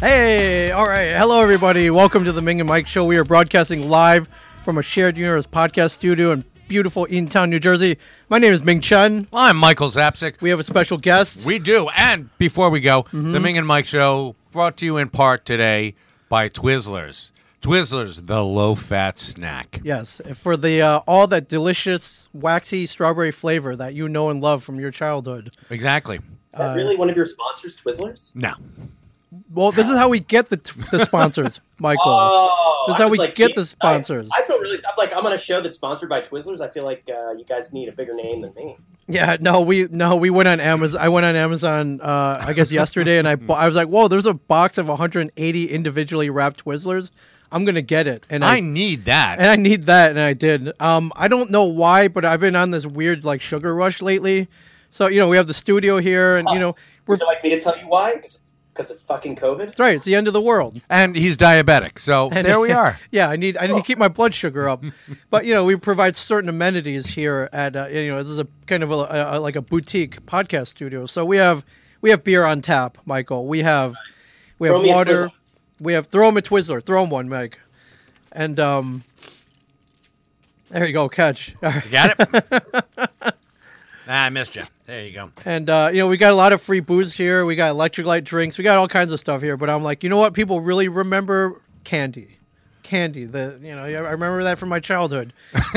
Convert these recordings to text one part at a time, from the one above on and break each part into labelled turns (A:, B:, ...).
A: Hey, all right. Hello, everybody. Welcome to the Ming and Mike Show. We are broadcasting live from a shared universe podcast studio in beautiful Eatontown, New Jersey. My name is Ming Chen.
B: I'm Michael Zapsik.
A: We have a Mm-hmm. special guest.
B: We do. And before we go, the Ming and Mike Show brought to you in part today by Twizzlers. Twizzlers, the low fat snack.
A: Yes, for the uh, all that delicious waxy strawberry flavor that you know and love from your childhood.
B: Exactly.
C: Is that
A: Uh,
C: really one of your sponsors, Twizzlers?
B: No.
A: Well, this is how we get the, t- the sponsors, Michael.
C: Oh,
A: This is
C: I
A: how
C: was
A: we get
C: geez,
A: the sponsors.
C: I, I feel really. I'm like I'm on a show that's sponsored by Twizzlers. I feel like uh, you guys need a bigger name than me.
A: Yeah, no, we no, we went on Amazon. I went on Amazon, uh, I guess yesterday, and I bought, I was like, whoa, there's a box of 180 individually wrapped Twizzlers. I'm gonna get it, and I,
B: I need that.
A: and I need that, and I did. Um, I don't know why, but I've been on this weird like sugar rush lately. So you know, we have the studio here, and you know, we're
C: Would you like me to tell you why? Because of fucking COVID.
A: right. It's the end of the world.
B: and he's diabetic. So
A: And-
B: there we are.
A: yeah, I need I need to keep my blood sugar up, but you know we provide certain amenities here at uh, you know this is a kind of a, a, like a boutique podcast studio. So we have we have beer on tap, Michael. We have we have
C: Throw me a
A: water.
C: Twizzler.
A: We have throw 'em a Twizzler. Throw 'em one, Mike. And um, there you go, catch. All right.
B: You got it? ah, I missed you. There you go.
A: And uh, you know, we got a lot of free booze here. We got electric light drinks. We got all kinds of stuff here. But I'm like, you know what? People really remember candy, candy. The you know, I remember that from my childhood.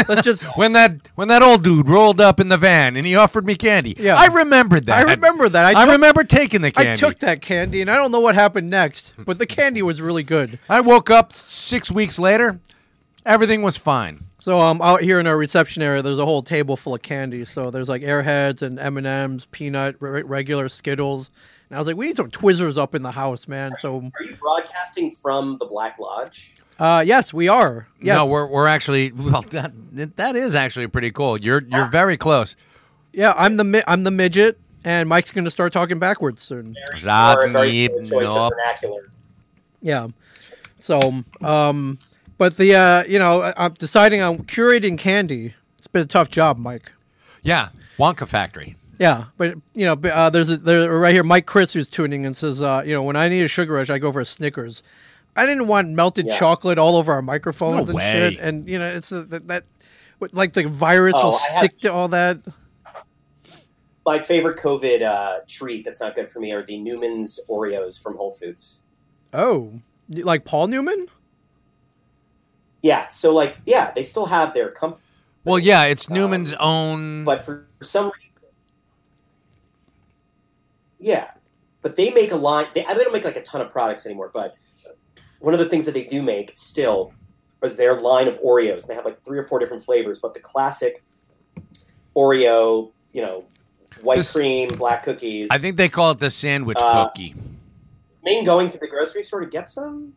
A: Let's just.
B: When that when that old dude rolled up in the van and he offered me candy,
A: Yeah.
B: I remembered that.
A: I remember that. I
B: I
A: took-
B: remember taking the candy.
A: I took that candy, and I don't know what happened next, but the candy was really good.
B: I woke up six weeks later. Everything was fine.
A: So um, out here in our reception area, there's a whole table full of candy. So there's like Airheads and M and M's, peanut, re- regular Skittles. And I was like, we need some Twizzlers up in the house, man. So
C: Are you broadcasting from the Black Lodge?
A: uh, yes, we are. Yes,
B: No, we're we're actually well. That that is actually pretty cool. You're
C: Ah.
B: you're very close.
A: Yeah, I'm the mi- I'm the midget, and Mike's gonna start talking backwards soon.
B: Zap
C: or a very
B: need
C: poor choice
B: no-
C: of vernacular.
A: Yeah. So, um, but the uh, you know, I- I'm deciding on curating candy. It's been a tough job, Mike.
B: Yeah, Wonka Factory.
A: Yeah, but you know, but, uh, there's a, there right here, Mike Chris who's tuning in says, uh, you know, when I need a sugar rush, I go for a Snickers. I didn't want melted
C: Yeah.
A: chocolate all over our microphones
B: No
A: and
B: way.
A: shit, and you know, it's a, that, that like the virus
C: Oh,
A: will
C: I have-
A: stick to all that.
C: My favorite COVID uh, treat that's not good for me are the Newman's Oreos from Whole Foods.
A: Oh, like Paul Newman?
C: Yeah, so like, yeah, they still have their company,
B: Well, yeah, it's Newman's own.
C: Um, but for some reason, yeah, but they make a line. They, they don't make like a ton of products anymore, but one of the things that they do make still is their line of Oreos. They have like three or four different flavors, but the classic Oreo, you know, white
B: This-
C: cream, black cookies.
B: I think they call it the sandwich
C: Uh,
B: cookie.
C: Ming going to the grocery store to get some.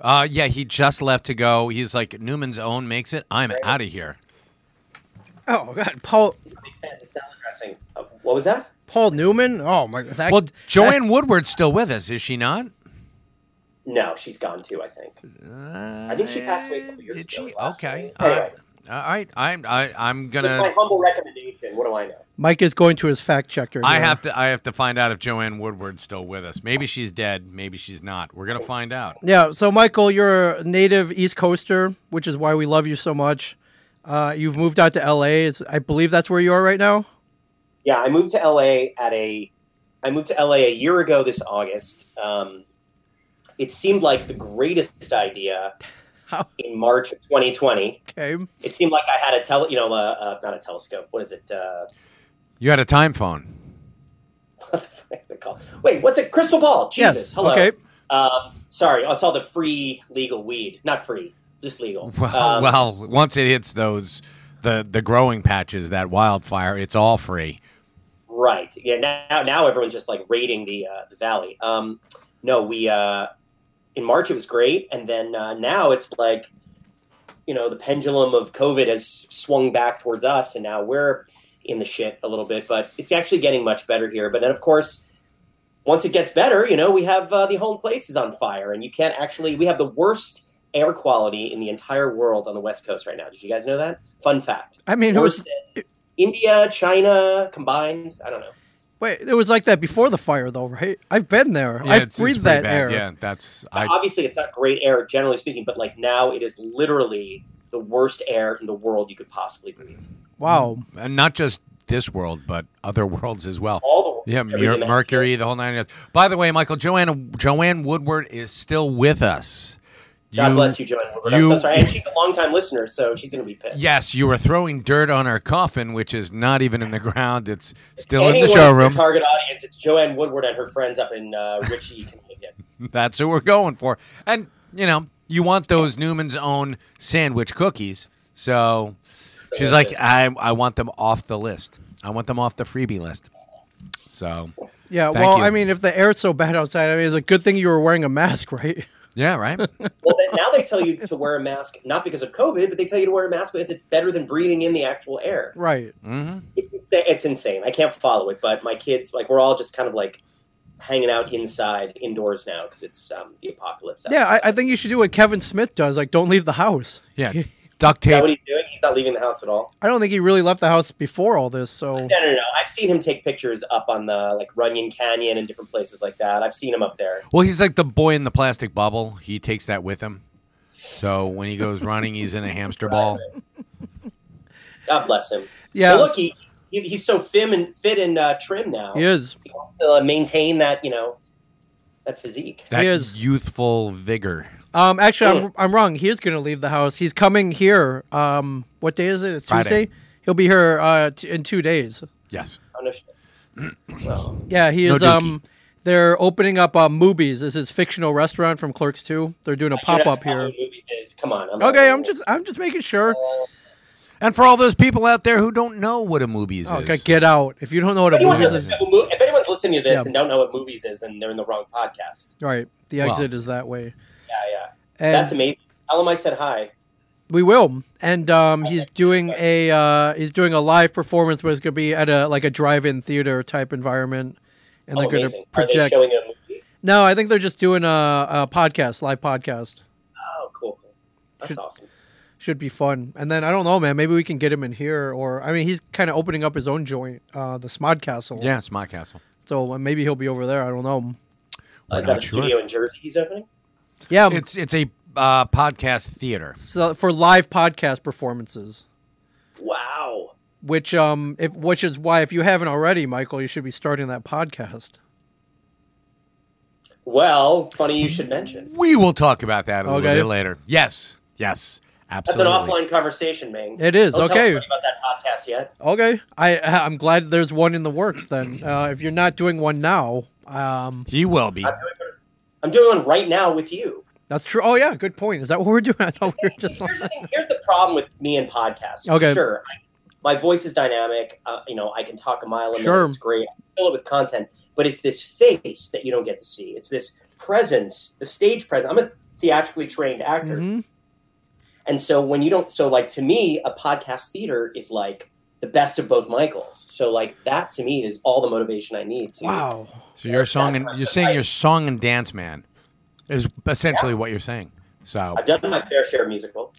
B: Uh, yeah, he just left to go. He's like Newman's own makes it. I'm out of here.
A: Oh God, Paul
C: He's a big fan of salad dressing. Uh, What was that?
A: Paul Newman? Oh my god! That,
B: Well, Joanne Woodward's still with us, is she not?
C: No, she's gone too. I think. I think she passed away a couple years
B: Uh, Did
C: ago.
B: she?
C: last
B: Okay.
C: year.
B: Uh,
C: Anyway,
B: all right. I'm I, I'm
C: it's my
B: gonna.
C: humble recommendation. What do I know?
A: Mike is going to his fact checker.
B: I
A: here.
B: have to. I have to find out if Joanne Woodward's still with us. Maybe she's dead. Maybe she's not. We're gonna find out.
A: Yeah. So, Michael, you're a native East Coaster, which is why we love you so much. Uh, you've moved out to LA. It's, I believe that's where you are right now.
C: Yeah, I moved to LA at a. I moved to LA a year ago this August. Um, it seemed like the greatest idea
A: How-
C: in March of 2020.
A: Okay.
C: It seemed like I had a tele, you know, uh, uh, not a telescope. What is it? Uh,
B: You had a time phone.
C: what the fuck is it called? Wait, what's it? Crystal ball. Jesus.
A: Yes.
C: Hello.
A: Okay.
C: Um, sorry, I saw the free legal weed. Not free, just legal.
B: Well,
C: Um,
B: well, once it hits those the the growing patches, that wildfire, it's all free.
C: Right. Yeah. Now, now everyone's just like raiding the uh, the valley. Um, no, we uh, in March it was great, and then uh, now it's like, you know, the pendulum of COVID has swung back towards us, and now we're in the shit a little bit. But it's actually getting much better here. But then, of course, once it gets better, you know, we have uh, the home place is on fire, and you can't actually. We have the worst air quality in the entire world on the West Coast right now. Did you guys know that? Fun fact.
A: I mean, it was
C: Worst in India, China combined. I don't know.
A: Wait, it was like that before the fire, though, right? I've been there.
B: Yeah,
A: I've
B: it's- it's
A: breathed
B: pretty
A: that
B: bad.
A: air.
B: Yeah, that's
C: Now,
B: I.
C: obviously, it's not great air, generally speaking, but like now it is literally the worst air in the world you could possibly breathe.
A: Wow.
B: And not just this world, but other worlds as well.
C: All the
B: Yeah,
C: every
B: Mer-
C: dimension.
B: Mercury, the whole nine yards. By the way, Michael, Joanne Joanne Woodward is still with us.
C: God bless you, Joanne. Woodward. I'm
B: you-
C: so sorry. And she's a longtime listener, so she's going to be pissed.
B: Yes, you were throwing dirt on her coffin, which is not even in the ground. It's still in
C: Anyone
B: the
C: with
B: showroom.
C: Target audience. It's Joanne Woodward and her friends up in uh, Ritchie, Connecticut.
B: That's who we're going for. And you know, you want those Newman's own sandwich cookies. So she's like, I I want them off the list. I want them off the freebie list. So
A: Yeah.
B: Thank
A: well,
B: you.
A: I mean, if the air's so bad outside, I mean, it's a good thing you were wearing a mask, right?
B: yeah, right.
C: Well, then, now they tell you to wear a mask, not because of COVID, but they tell you to wear a mask because it's better than breathing in the actual air.
A: Right.
B: hmm
C: It's insane. It's insane. I can't follow it, but my kids, like, we're all just kind of like hanging out inside, indoors now because it's um, the apocalypse. out.
A: Yeah, I, I think you should do what Kevin Smith does. Like, don't leave the house.
B: Yeah, duct
C: Is that
B: tape.
C: what he's doing? He's not leaving the house at all.
A: I don't think he really left the house before all this. So,
C: No, no, no. I've seen him take pictures up on the like Runyon Canyon and different places like that. I've seen him up there.
B: Well, he's like the boy in the plastic bubble. He takes that with him. So when he goes running, he's in a hamster ball.
C: God bless him.
A: yeah,
C: But look, he, he he's so thin and fit and uh, trim now.
A: he is.
C: He wants to uh, maintain that you know that physique.
B: That
A: is.
B: youthful vigor.
A: Um, actually, I'm, I'm wrong. He is going to leave the house. He's coming here. Um, what day is it? It's
B: Friday.
A: Tuesday. He'll be here uh, t- in two days.
B: Yes.
C: Oh, no shit. well,
A: Yeah, he
B: No
A: is.
B: dookie.
A: um, they're opening up uh, Movies. This is fictional restaurant from Clerks Two. They're doing a pop up here.
C: Come on. I'm
A: Okay, I'm just I'm just making sure.
B: And for all those people out there who don't know what a movie is,
A: Oh, God, get out! If you don't know what
C: If,
A: a
C: anyone
A: movie
C: doesn't
A: is,
C: know who mo- if anyone's listening to this
A: Yeah.
C: and don't know what movies is, then they're in the wrong podcast.
A: all right, the
B: Well.
A: exit is that way.
C: Yeah, yeah.
A: And
C: That's amazing. Tell him I said hi.
A: We will, and um, he's doing a uh, he's doing a live performance, but it's going to be at a like a drive-in theater type environment, and
C: Oh,
A: they're going
C: amazing.
A: to project.
C: Are they showing a movie?
A: No, I think they're just doing a, a podcast, live podcast.
C: Oh, cool. cool. That's
A: Should-
C: awesome.
A: Should be fun. And then I don't know, man. Maybe we can get him in here, or I mean, he's kind of opening up his own joint, uh, the Smod Castle.
B: yeah, it's my castle.
A: So uh, maybe he'll be over there. I don't know.
C: Uh,
B: We're
C: is that
B: not
C: a
B: sure.
C: studio in Jersey he's opening?
A: Yeah, um,
B: It's it's a uh, podcast theater.
A: so for live podcast performances,
C: Wow.
A: which um, if which is why if you haven't already, Michael, you should be starting that podcast.
C: Well, funny you should mention.
B: We will talk about that a little
A: Okay.
B: bit later. Yes, yes,
C: That's
B: absolutely.
C: an offline conversation, Ming.
A: It is,
C: Don't tell
A: okay.
C: anybody about that podcast yet.
A: Okay, I I'm glad there's one in the works. Then, uh, if you're not doing one now, um,
B: He will be.
C: I'm doing one right now with you.
A: that's true. Oh yeah, good point. Is that what we're doing? I thought we were just.
C: Here's the thing. Here's the problem with me and podcasts.
A: Okay.
C: Sure, I, my voice is dynamic. Uh, you know, I can talk a mile a minute.
A: Sure.
C: It's great. I fill it with content, but it's this face that you don't get to see. It's this presence, the stage presence. I'm a theatrically trained actor,
A: Mhm.
C: and so when you don't, so like to me, a podcast theater is like the best of both Michaels. So like that to me is all the motivation I need to
A: Wow.
B: So your song and you're saying your song and dance man is essentially what you're saying. So
C: I've done my fair share of musicals.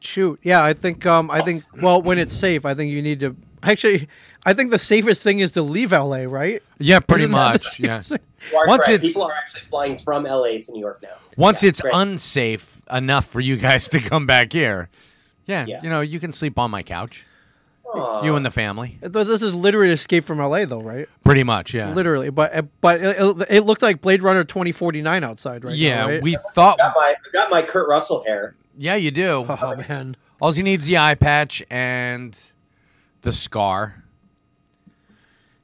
A: Shoot. Yeah, I think um I think well when it's safe, I think you need to actually. I think the safest thing is to leave LA, right?
B: yeah, pretty
A: Isn't that
B: much. Yeah.
C: You are
B: Once
C: correct.
B: it's-
C: people are actually flying from LA to New York now.
B: Once
C: Yeah,
B: it's
C: great.
B: unsafe enough for you guys to come back here, yeah,
C: Yeah. Uh,
B: you know, you can sleep on my couch.
C: Aw.
B: You and the family,
A: Th- This is literally escape from LA, though, right?
B: pretty much. Yeah.
A: Literally, but uh, but it, it looked like Blade Runner 2049 outside, right? now,
B: yeah,
A: right?
B: we thought.
C: got my I got my Kurt Russell hair.
B: Yeah, you do.
A: Oh man.
B: All he needs is the eye patch and the scar.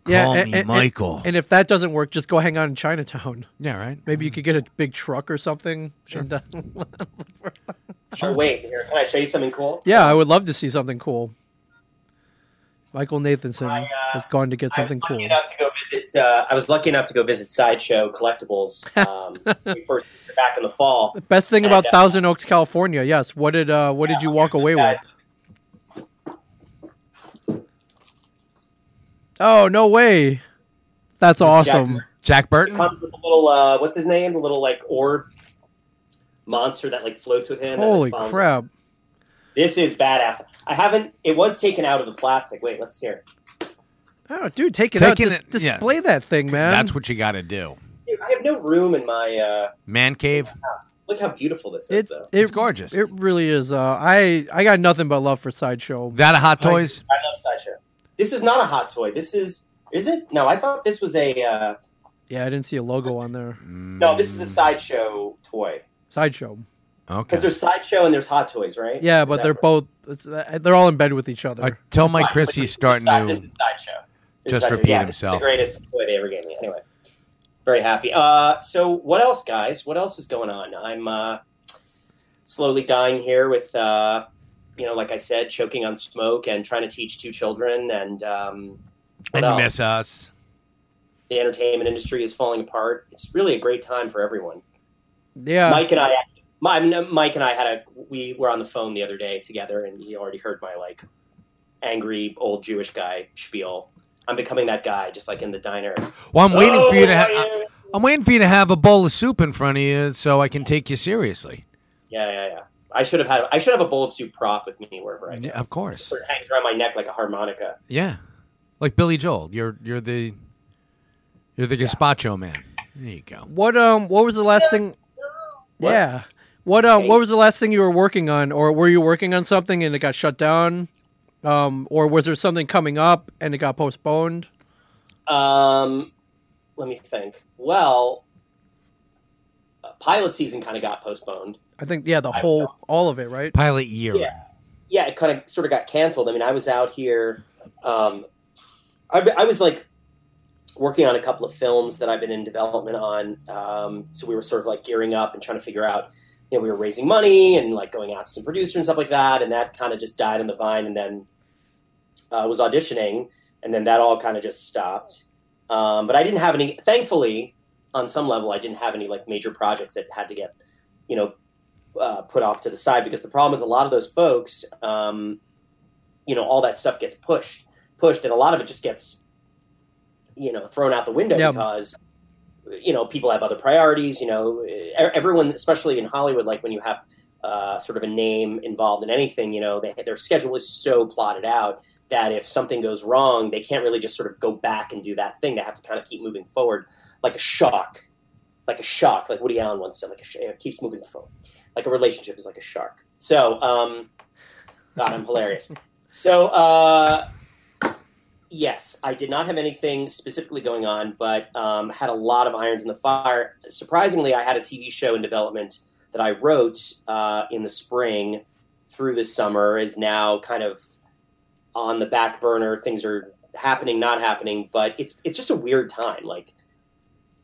B: Call
A: and-
B: me
A: and- and-
B: Michael.
A: and if that doesn't work, just go hang out in Chinatown.
B: Yeah, right.
A: Maybe you could get a big truck or something. and, uh,
C: Oh wait, here can I show you something cool?
A: yeah, I would love to see something cool. Michael Nathanson
C: I, uh,
A: has gone to get something
C: I was
A: cool.
C: Lucky enough to go visit. Uh, I was lucky enough to go visit Sideshow Collectibles um, when we first back in the fall.
A: Best thing
C: And,
A: about
C: uh,
A: Thousand Oaks, California. Yes. What did uh, what did you walk away
C: guys.
A: with? Oh no way! That's awesome.
B: Jack
C: It
B: Burton.
C: comes with a little uh, what's his name? The little like orb monster that like floats with him. and, like,
A: Holy
C: follows him.
A: crap!
C: This is badass. I haven't. It was taken out of the plastic. Wait, let's hear.
A: Oh, dude, take it
B: Taking
A: out. Just
B: it- yeah.
A: display that thing, man.
B: That's what you got to do.
C: Dude, I have no room in my uh,
B: Man cave.
C: house. Look how beautiful this is,
A: it,
C: though.
B: It's gorgeous.
A: It really is. Uh, I I got nothing but love for sideshow.
B: That a hot
A: I-
B: toys.
C: I love sideshow. This is not a hot toy. This is is it? No, I thought this was a uh,
A: Yeah, I didn't see a logo on there.
C: no. This is a
A: Hmm.
B: Mm,
C: sideshow toy
A: Sideshow.
C: because
B: Okay.
C: there's sideshow and there's hot toys, right?
A: Yeah,
C: Is
A: but
C: that
A: they're
C: right?
A: both. It's, uh, they're all in bed with each other.
B: I tell Mike
C: Right,
B: Chris
C: but
B: he's
C: this
B: starting
C: is side- This
B: to.
C: is sideshow. This
B: just
C: is sideshow.
B: repeat
C: Yeah,
B: himself.
C: This is the greatest toy they ever gave me. Anyway, very happy. Uh, so what else, guys? What else is going on? I'm uh, slowly dying here with, uh, you know, like I said, choking on smoke and trying to teach two children, and um,
B: And
C: what
B: you
C: else?
B: miss us.
C: the entertainment industry is falling apart. It's really a great time for everyone.
A: yeah,
C: Mike and I, my, I mean, Mike and I had a we were on the phone the other day together, and he already heard my like angry old Jewish guy spiel. I'm becoming that guy, just like in the diner.
B: Well, I'm waiting for you to.
C: Oh,
B: Ha-
C: yeah.
B: I'm waiting for you to have a bowl of soup in front of you so I can take you seriously.
C: yeah, yeah, yeah. I should have had. I should have a bowl of soup prop with me wherever I go.
B: Yeah, of
C: It
B: course.
C: Sort of hangs around my neck like a harmonica.
B: Yeah, like Billy Joel. You're you're the you're the gazpacho man. There you go.
A: What um? What was the last thing?
C: What?
A: Yeah. What um?
C: Hey.
A: What was the last thing you were working on, or were you working on something and it got shut down? Um, or was there something coming up and it got postponed?
C: Um, let me think. Well, uh, pilot season kind of got postponed.
A: I think yeah, the
C: I was
A: whole all of it, right?
B: Pilot year.
C: Yeah. yeah, it kind of sort of got canceled. I mean, I was out here. Um, I, I was like working on a couple of films that I've been in development on. Um, so we were sort of like gearing up and trying to figure out. You know, we were raising money and like going out to some producers and stuff like that, and that kind of just died on the vine. And then uh, I was auditioning, and then that all kind of just stopped. Um, but I didn't have any. Thankfully, on some level, I didn't have any like major projects that had to get, you know, uh, put off to the side because the problem with a lot of those folks, um, you know, all that stuff gets pushed, pushed, and a lot of it just gets, you know, thrown out the window
A: Yeah.
C: because, you know, people have other priorities. You know, E- everyone, especially in Hollywood, like when you have uh, sort of a name involved in anything, you know, they, their schedule is so plotted out that if something goes wrong, they can't really just sort of go back and do that thing. They have to kind of keep moving forward, like a shock, like a shock, like Woody Allen once said, like a sh- it keeps moving forward like a relationship is like a shark. So, um, God, I'm hilarious. So, uh, yes, I did not have anything specifically going on, but um, had a lot of irons in the fire. Surprisingly, I had a TV show in development that I wrote uh, in the spring through the summer is now kind of on the back burner. Things are happening, not happening, but it's it's just a weird time. Like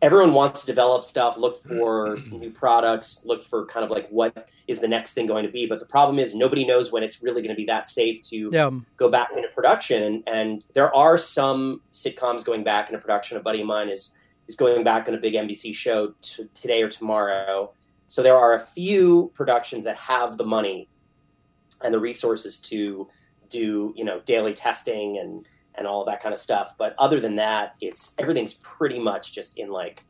C: everyone wants to develop stuff, look for new products, look for kind of like what is the next thing going to be. But the problem is nobody knows when it's really going to be that safe to
A: Yeah, um,
C: go back into production and, and there are some sitcoms going back into production a buddy of mine is is going back on a big nbc show t- today or tomorrow so there are a few productions that have the money and the resources to do you know daily testing and and all that kind of stuff but other than that it's everything's pretty much just in like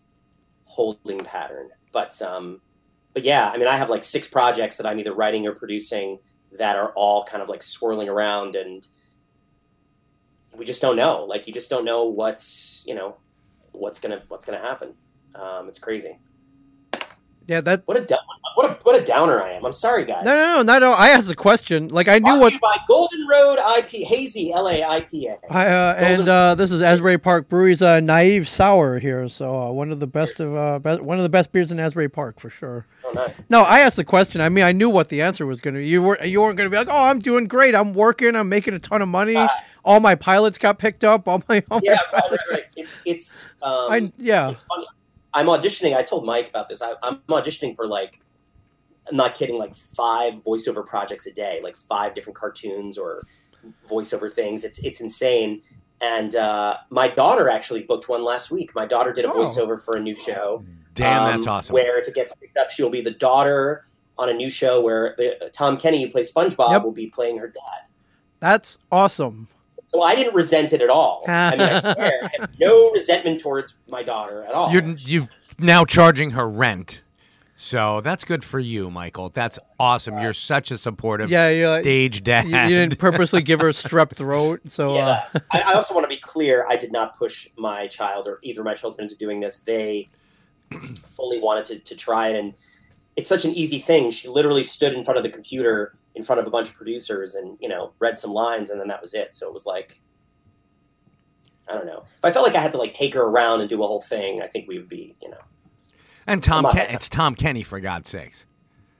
C: holding pattern but um but yeah i mean i have like six projects that i'm either writing or producing that are all kind of like swirling around and we just don't know like you just don't know what's you know what's gonna what's gonna happen um, it's crazy
A: yeah. That
C: what a down, what a what a downer i am i'm sorry guys
A: no, no, no, not at all. I asked a question. Like I knew
C: Brought
A: what
C: to you by golden road ip hazy la ipa
A: I, uh, and
C: Golden-
A: uh, this is Asbury Park Brewery's uh, Naive Sour here, so uh, one of the best of uh, be- one of the best beers in Asbury Park for sure.
C: oh, nice.
A: No, I asked the question. I mean, I knew what the answer was going to be. You were you weren't going to be like, "Oh, I'm doing great. I'm working. I'm making a ton of money. all my pilots got picked up. All my, all my
C: Uh, yeah right, right, right. it's it's um,
A: I, yeah,
C: It's funny. I'm auditioning. I told Mike about this. I, I'm auditioning for like, I'm not kidding, like five voiceover projects a day, like five different cartoons or voiceover things. It's it's insane. And uh, my daughter actually booked one last week. My daughter did a
A: Oh.
C: voiceover for a new show.
B: Damn,
C: um,
B: that's awesome.
C: Where if it gets picked up, she'll be the daughter on a new show where the, Tom Kenny, who plays SpongeBob,
A: Yep.
C: will be playing her dad.
A: that's awesome.
C: So I didn't resent it at all. I mean, I swear, I had no resentment towards my daughter at all.
B: You're you've now charging her rent So that's good for you, Michael. That's awesome. You're such a supportive
A: Yeah, you're like-
B: stage dad.
A: You, you didn't purposely give her strep throat, so uh,
C: Yeah. I, I also want to be clear. I did not push my child or either of my children into doing this. They fully wanted to, to try it, and it's such an easy thing. She literally stood in front of the computer, in front of a bunch of producers, and you know, read some lines, and then that was it. So it was like, I don't know. If I felt like I had to like take her around and do a whole thing, I think we would be, you know.
B: and Tom,
C: Come on.
B: Ken- it's Tom Kenny for God's sakes.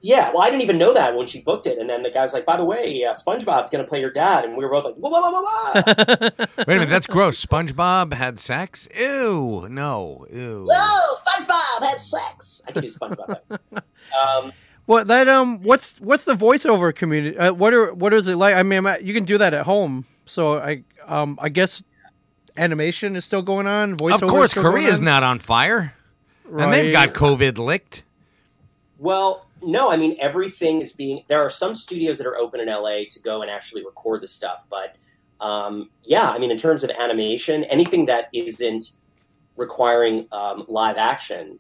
C: Yeah, well, I didn't even know that when she booked it, and then the guy was like, "By the way, uh, SpongeBob's going to play your dad," and we were both like, "Whoa, whoa, whoa, whoa!" whoa."
B: Wait a minute, that's gross. SpongeBob had sex. Ew, no, ew.
C: Whoa, Oh, SpongeBob had sex. I can do SpongeBob. um,
A: Well, that um, what's what's the voiceover community? Uh, what are what is it like? I mean, I'm at- you can do that at home. So I um, I guess animation is still going on. Voiceover
B: Of course,
A: still going
B: Korea's
A: on?
B: not on fire, and they've
A: Right.
B: got COVID licked.
C: well, no, I mean everything is being. There are some studios that are open in LA to go and actually record the stuff, but um, yeah, I mean in terms of animation, anything that isn't requiring um, live action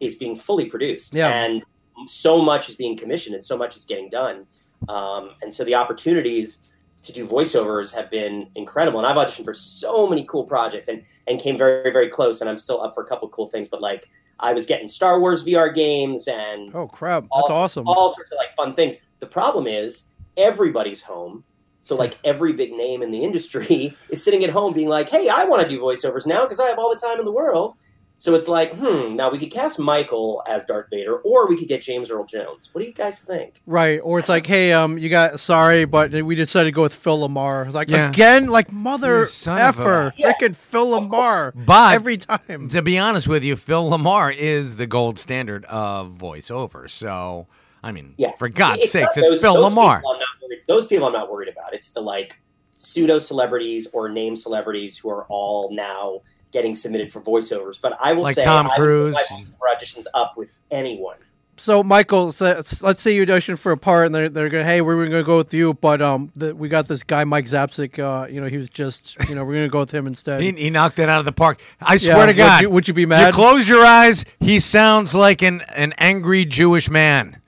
C: is being fully produced,
A: Yeah.
C: and so much is being commissioned, and so much is getting done, um, and so the opportunities to do voiceovers have been incredible, and I've auditioned for so many cool projects, and and came very very close, and I'm still up for a couple cool things, but like. I was getting Star Wars VR games and
A: Oh crap! That's awesome.
C: all sorts of like fun things. The problem is everybody's home. So like every big name in the industry is sitting at home being like, "Hey, I want to do voiceovers now because I have all the time in the world." So it's like, hmm. Now we could cast Michael as Darth Vader, or we could get James Earl Jones. What do you guys think?
A: Right, or it's like, hey, um, you got sorry, but we decided to go with Phil Lamar. It's like
B: Yeah.
A: again, like mother
B: You son of
A: effer,
C: a- Yeah.
A: freaking Phil Lamar
B: But
A: every time.
B: to be honest with you, Phil Lamar is the gold standard of voiceover. So, I mean,
C: Yeah.
B: for God's
C: It's
B: sakes,
C: not
B: it's
C: those-
B: Phil
C: those
B: Lamar.
C: people I'm not worried- those people I'm not worried about. It's the like pseudo celebrities or name celebrities who are all now getting submitted for voiceovers. But I will
B: Like
C: say,
B: Tom
C: I would put
B: Cruise.
C: my auditions up with anyone.
A: So Michael, so, let's say you audition for a part, and they're, they're gonna, hey, we we're gonna go with you, but um, the, we got this guy Mike Zapsik. Uh, you know, he was just, you know, we're gonna go with him instead.
B: He, he knocked it out of the park. I
A: Yeah,
B: swear to
A: would
B: God.
A: you, would you be mad?
B: close your eyes. He sounds like an, an angry Jewish man.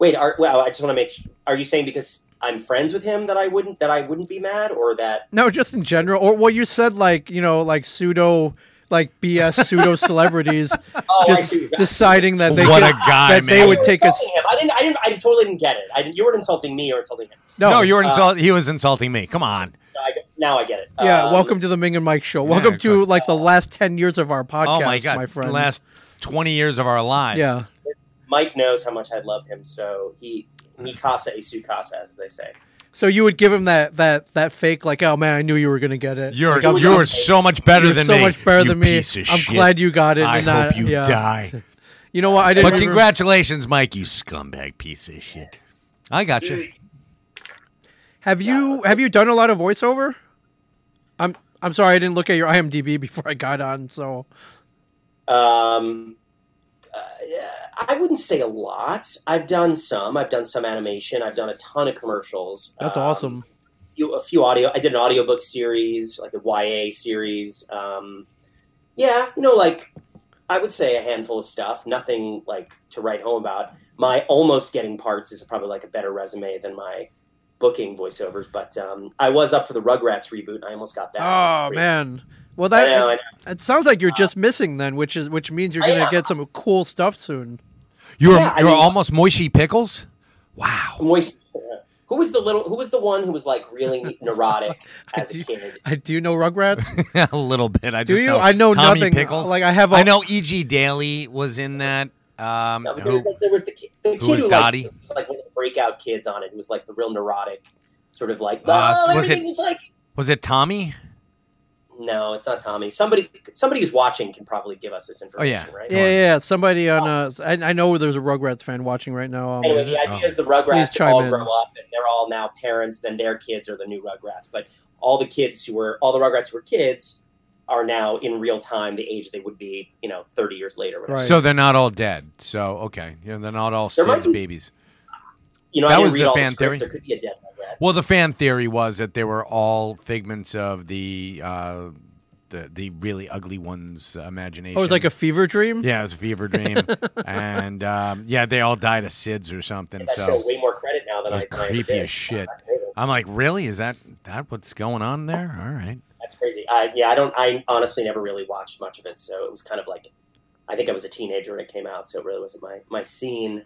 C: Wait, are, well, I just want to make. Sh- are you saying because I'm friends with him that I wouldn't that I wouldn't be mad, or that
A: no, just in general, or well, you said like, you know, like pseudo, like BS pseudo celebrities,
C: oh, I
A: just
C: see.
A: deciding that they
B: What
A: could-
B: a guy,
A: that they
B: man.
A: would take us.
C: Insulting Him. I didn't. I didn't. I totally didn't get it. I didn't, you were insulting me or insulting him.
A: No,
B: you were
C: uh,
B: insult- he was insulting me. Come on.
C: So I, now I get it.
A: Yeah,
B: Uh,
C: Um,
A: welcome to the Ming and Mike show. Welcome
B: of
A: to
B: course.
A: like the last ten years of our podcast,
B: oh my God.
A: my friend.
B: Last 20 years of our lives.
A: yeah,
C: Mike knows how much I love him, so he mi casa y su casa, as they say.
A: so you would give him that that that fake like, oh man, I knew you were gonna get it.
B: You're
A: Like, I'm-
B: you're so much better
A: you're
B: than
A: so
B: me.
A: much better
B: you
A: than me.
B: Piece of
A: I'm
B: shit.
A: glad you got it.
B: I
A: and not,
B: hope you
A: yeah.
B: die.
A: You know what? I didn't.
B: But
A: even-
B: congratulations, Mike. You scumbag piece of shit. I got you.
A: Have you
C: let's
A: have you done a lot of voiceover? I'm I'm sorry, I didn't look at your IMDb before I got on. So
C: Um, uh, I wouldn't say a lot. I've done some. I've done some animation. I've done a ton of commercials.
A: that's
C: Um,
A: awesome.
C: few, a few audio. I did an audiobook series, like a YA series. Um, yeah, you know, like I would say a handful of stuff. Nothing like to write home about. My almost getting parts is probably like a better resume than my booking voiceovers. But um, I was up for the Rugrats reboot. And I almost got that.
A: Oh man. Well,
C: I know, I
A: that
C: know.
A: it, it sounds like you're just missing then, which is which means you're
C: I
A: gonna
C: am.
A: get some cool stuff soon.
B: You're
C: Yeah, I
B: you're
C: mean-
B: almost Moishy Pickles. Wow.
C: Moist. uh, Who was the little? Who was the one who was like really neurotic as
A: do-
C: a kid?
A: I do know Rugrats.
B: a little bit. I
A: Do
B: just
A: you?
B: Know
A: I know
B: Tommy
A: nothing.
B: Pickles.
A: Like, I have a-
B: I know E.G. Daly was in that. Um,
C: No, but there,
B: who-
C: was, like, there was the kid, the kid
B: was
C: like,
B: Dottie?
C: was like one of the breakout kids on it. Who was like the real neurotic, sort of like
B: Uh,
C: oh,
B: was it-
C: everything was like
B: was it Tommy?
C: No, it's not Tommy. Somebody, somebody who's watching can probably give us this
B: Oh, yeah.
C: information, right?
A: Yeah, yeah, yeah. Somebody on uh, I, I know there's a Rugrats fan watching right now. Um,
C: Anyway,
B: it?
C: the idea
B: Oh.
C: is the
A: Please
C: Rugrats
A: chime
C: all
A: in.
C: grow up, and they're all now parents. Then their kids are the new Rugrats. But all the kids who were all the Rugrats who were kids are now in real time the age they would be, you know, thirty years later. or whatever.
A: Right.
B: So they're not all dead. So okay, yeah, they're not all
C: There might
B: Sid's
C: be-
B: babies.
C: You know,
B: That
C: I didn't
B: was
C: read
B: the
C: all
B: fan
C: the scripts.
B: theory.
C: There could be a dead Rugrat.
B: Well, the fan theory was that they were all figments of the uh, the, the really ugly one's imagination.
A: Oh, it was like a fever dream.
B: yeah, it was a fever dream, and um, yeah, they all died of SIDS or something.
C: That's
B: So
C: so way more credit now than
B: it was
C: I than I ever
B: creepy
C: did.
B: as shit.
C: That's amazing.
B: I'm like, really? Is that that what's going on there? All right.
C: That's crazy. I yeah, I don't. I honestly never really watched much of it, so it was kind of like, I think I was a teenager when it came out, so it really wasn't my my scene.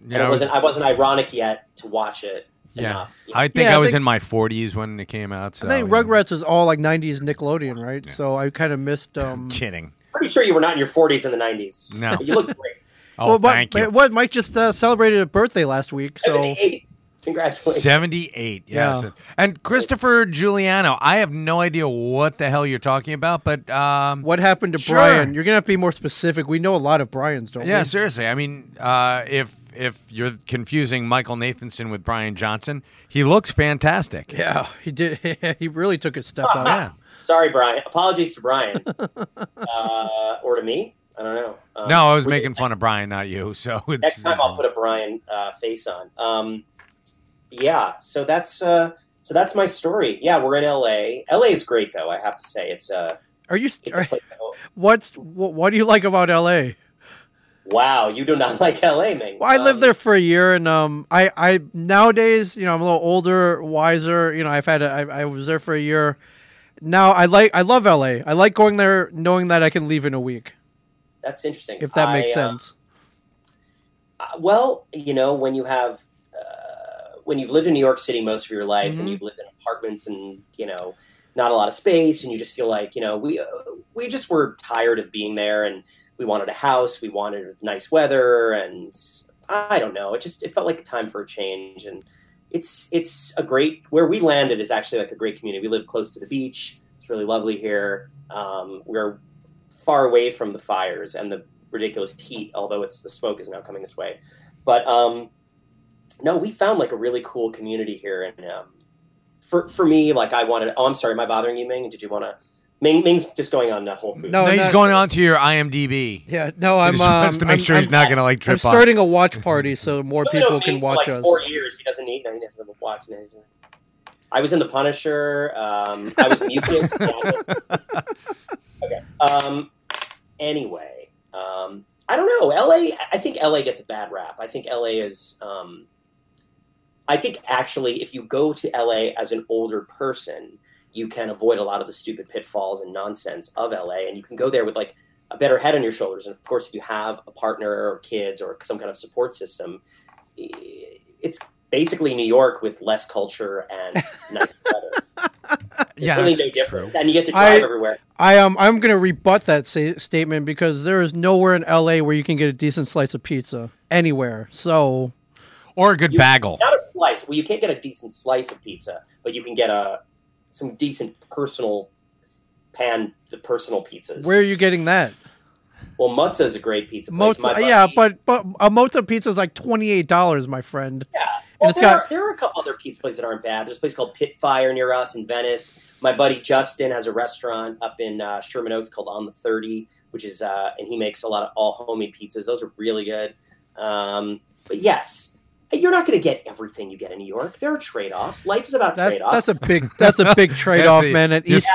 C: and
B: Yeah,
C: it
B: I was-
C: wasn't. I wasn't ironic yet to watch it.
B: Yeah.
C: enough.
B: I think
A: Yeah,
B: I
A: I
B: was
A: think-
B: in my 40s when it came out. So,
A: I think
B: yeah.
A: Rugrats is all like '90s Nickelodeon, right?
B: Yeah.
A: So I kind of missed. Um,
B: Kidding.
C: pretty sure you were not in your 40s in the 90s.
B: No.
C: But you look great.
B: Oh,
A: well, but-
B: thank
A: but
B: you.
A: What Mike just uh, celebrated a birthday last week, so
C: 78. Congratulations.
B: 78. Yes.
A: Yeah.
B: And Christopher Giuliano, I have no idea what the hell you're talking about, but um,
A: what happened to
B: Sure.
A: Brian? You're gonna have to be more specific. We know a lot of Brian's, don't
B: yeah,
A: we?
B: seriously. I mean, uh, if if you're confusing Michael Nathanson with Brian Johnson, he looks fantastic.
A: Yeah, he did. he really took a step up.
B: Oh,
C: Uh,
B: Yeah.
C: Sorry, Brian. Apologies to Brian, uh, or to me. I don't know. Um,
B: No, I was
C: we-
B: making fun of Brian, not you. So it's
C: Next time I'll put a Brian uh, face on. Um, yeah. So that's uh, so that's my story. Yeah, we're in LA. LA is great, though. I have to say, it's uh,
A: Are you? st-
C: it's a
A: Are,
C: place. oh, that-
A: what's what, what do you like about L.A.?
C: Wow, you do not like LA, man.
A: Well, I
B: Um,
A: lived there for a year, and um, I, I nowadays, you know, I'm a little older, wiser. You know, I've had, a, I, I was there for a year. Now I like, I love LA. I like going there, knowing that I can leave in a week,
C: That's interesting.
A: if that makes
C: I, um,
A: sense.
C: Uh, well, you know, when you have uh, when you've lived in New York City most of your life, and
A: Mhm.
C: you've lived in apartments, and you know, not a lot of space, and you just feel like you know, we uh, we just were tired of being there, and we wanted a house, we wanted nice weather, and I don't know, it just it felt like a time for a change, and it's it's a great where we landed is actually like a great community. We live close to the beach; it's really lovely here. Um, we're far away from the fires and the ridiculous heat, although it's the smoke is now coming this way. But um, no, we found like a really cool community here, and um, for for me, like I wanted. Oh, I'm sorry, am I bothering you, Ming? Did you want to? Ming Ming's just going on uh, Whole Foods.
A: No,
B: no, he's
A: no.
B: going on to your IMDb.
A: Yeah, no,
B: He
A: I'm.
B: just
A: um,
B: wants to make
A: I'm-
B: sure he's
A: I'm-
B: not going to like trip
A: I'm starting a watch party so more
C: Really
A: people
C: don't
A: can
C: need
A: watch
C: for like
A: us.
C: Four years, he doesn't need. No, he doesn't watch. No, he doesn't. I was in The Punisher. Um, I was mucus. okay. Um, anyway, um, I don't know. LA. I think LA gets a bad rap. I think LA is. Um, I think actually, if you go to LA as an older person, you can avoid a lot of the stupid pitfalls and nonsense of LA, and you can go there with like a better head on your shoulders. And of course, if you have a partner or kids or some kind of support system, i- it's basically New York with less culture and nice weather. It's
B: Yeah,
C: really
B: that's
C: no difference.
B: true.
C: And you get to drive
A: I-
C: everywhere.
A: I am. I'm going to rebut that sa- statement because there is nowhere in LA where you can get a decent slice of pizza anywhere. So
B: Or a good
C: You-
B: bagel.
C: Not a slice. Well, you can't get a decent slice of pizza, but you can get a some decent personal pan the personal pizzas.
A: where are you getting that?
C: Well, Mutza is a great pizza place.
A: Mozza,
C: My
A: yeah,
C: buddy-
A: but but a mozza pizza is like twenty eight dollars, my friend.
C: Yeah.
A: And
C: Well,
A: it's
C: there,
A: got-
C: are, there are a couple other pizza places that aren't bad. There's a place called Pit Fire near us in Venice. My buddy Justin has a restaurant up in uh, Sherman Oaks called On the 30, which is, uh, and he makes a lot of all homemade pizzas. Those are really good. Um, but yes, you're not going to get everything you get in New York. There are trade offs. Life is about
A: That's
C: trade offs.
A: that's a big that's a big trade off,
B: a-
A: man. At
B: you're-
A: East,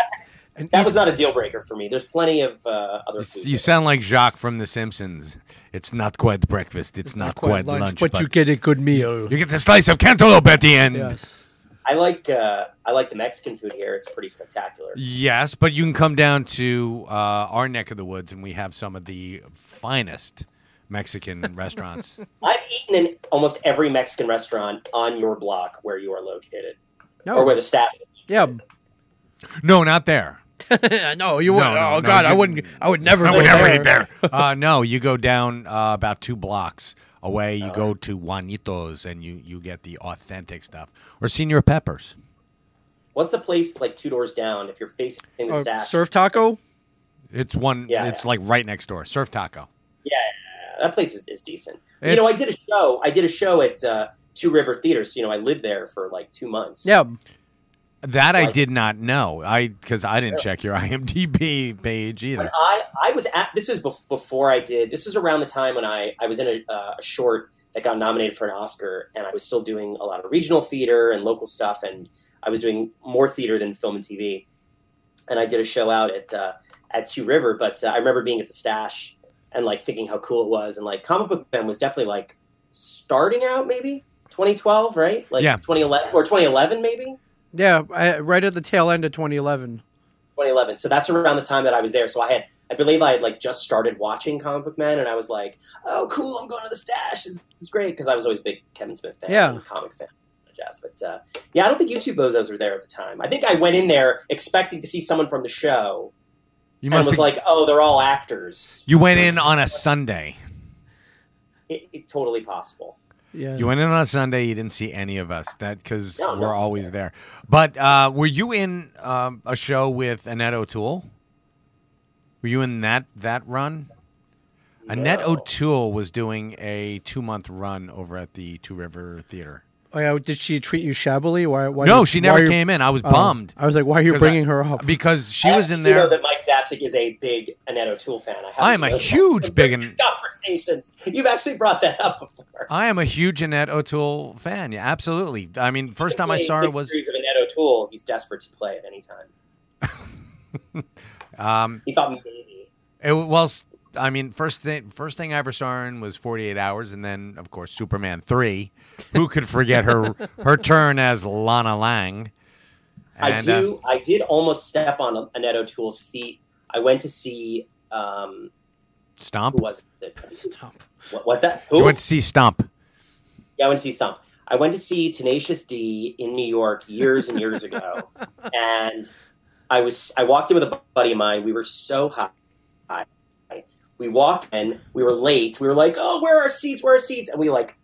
A: an
C: that was
A: East
C: not a deal breaker for me. There's plenty of uh, other foods
B: You
C: there.
B: sound like Jacques from The Simpsons. It's not quite breakfast. It's, not, quite, lunch,
A: but, you get a good meal.
B: you get the slice of cantaloupe at the end.
A: Yes,
C: I like uh, I like the Mexican food here. It's pretty spectacular.
B: Yes, but you can come down to uh, our neck of the woods, and we have some of the finest Mexican restaurants.
C: I've eaten in almost every Mexican restaurant on your block where you are located. or
A: no,
C: where the staff.
A: yeah,
B: No, not there.
A: no, you
B: No,
A: wouldn't.
B: no,
A: oh
B: no,
A: God, I
B: you-
A: wouldn't. I would never.
B: I
A: go
B: would never
A: there.
B: eat there. uh, no, you go down uh, about two blocks away. You go to Juanitos, and you you get the authentic stuff or Senor Peppers.
C: What's the place like two doors down if you're facing the
A: Oh,
C: staff?
A: surf taco.
B: It's one.
C: Yeah,
B: it's
C: yeah.
B: like right next door. Surf Taco.
C: Yeah, that place is, is decent. you know, I
B: It's-
C: did a show. I did a show at uh, Two River Theater. So you know, I lived there for like two months.
A: Yeah,
B: That I
C: Like-
B: did not know. I because I didn't check your IMDb page
C: When
B: either.
C: I I was at this is bef- before I did. This is around the time when I I was in a, uh, a short that got nominated for an Oscar, and I was still doing a lot of regional theater and local stuff, and I was doing more theater than film and TV. and I did a show out at uh, at Two River. But uh, I remember being at the stash and like thinking how cool it was, and like comic book man was definitely like starting out maybe 2012, right? Like
B: Yeah.
C: 2011 or 2011 maybe.
A: Yeah, I, right at the tail end of 2011.
C: 2011. So that's around the time that I was there. So I had, I believe I had like just started watching Comic Book Man, and I was like, "Oh, cool! I'm going to the stash. It's, it's great." Because I was always a big Kevin Smith fan,
A: Yeah.
C: and comic fan, and jazz. But uh, yeah, I don't think you two bozos were there at the time. I think I went in there expecting to see someone from the show,
B: You
C: and was
B: must have,
C: like, "Oh, they're all actors."
B: you went in on a Sunday.
C: It, it totally possible.
A: Yeah.
B: You went in on a Sunday. You didn't see any of us. That because
C: No, no,
B: we're
C: no.
B: always there. But uh, were you in um, a show with Annette O'Toole? Were you in that that run? Annette
C: No.
B: O'Toole was doing a two month run over at the Two River Theater.
A: oh, yeah. Did she treat you shabbily? Why? why
B: no,
A: you-
B: she
A: why
B: never
A: you-
B: came in. I was
A: Oh,
B: bummed
A: I was like, why are you
B: 'Cause
A: bringing
B: I-
A: her up?
B: because she was in
C: Oh. Uh, You know
B: there.
C: that Mike Zapsik is a big Annette O'Toole fan. I have
B: I am a huge big and
C: conversations. You've actually brought that up before.
B: I am a huge Annette O'Toole fan. Yeah, absolutely. I mean, first time I saw her
C: Six
B: was
C: series of Annette O'Toole. He's desperate to play at any time.
B: um,
C: He thought maybe.
B: It, well, s- I mean, first thing first thing I ever saw her in was Forty Eight Hours, and then of course Superman three. Who could forget her her turn as Lana Lang?
C: I
B: And, uh,
C: do. I did almost step on Annette O'Toole's feet. I went to see um,
B: uh, Stomp.
C: who was it? What, what's that? Who?
B: You went to see Stomp.
C: yeah, I went to see Stomp. I went to see Tenacious D in New York years and years ago, and I was I walked in with a buddy of mine. We were so high. We walked in. We were late. We were like, "Oh, where are our seats? Where are our seats?" And we like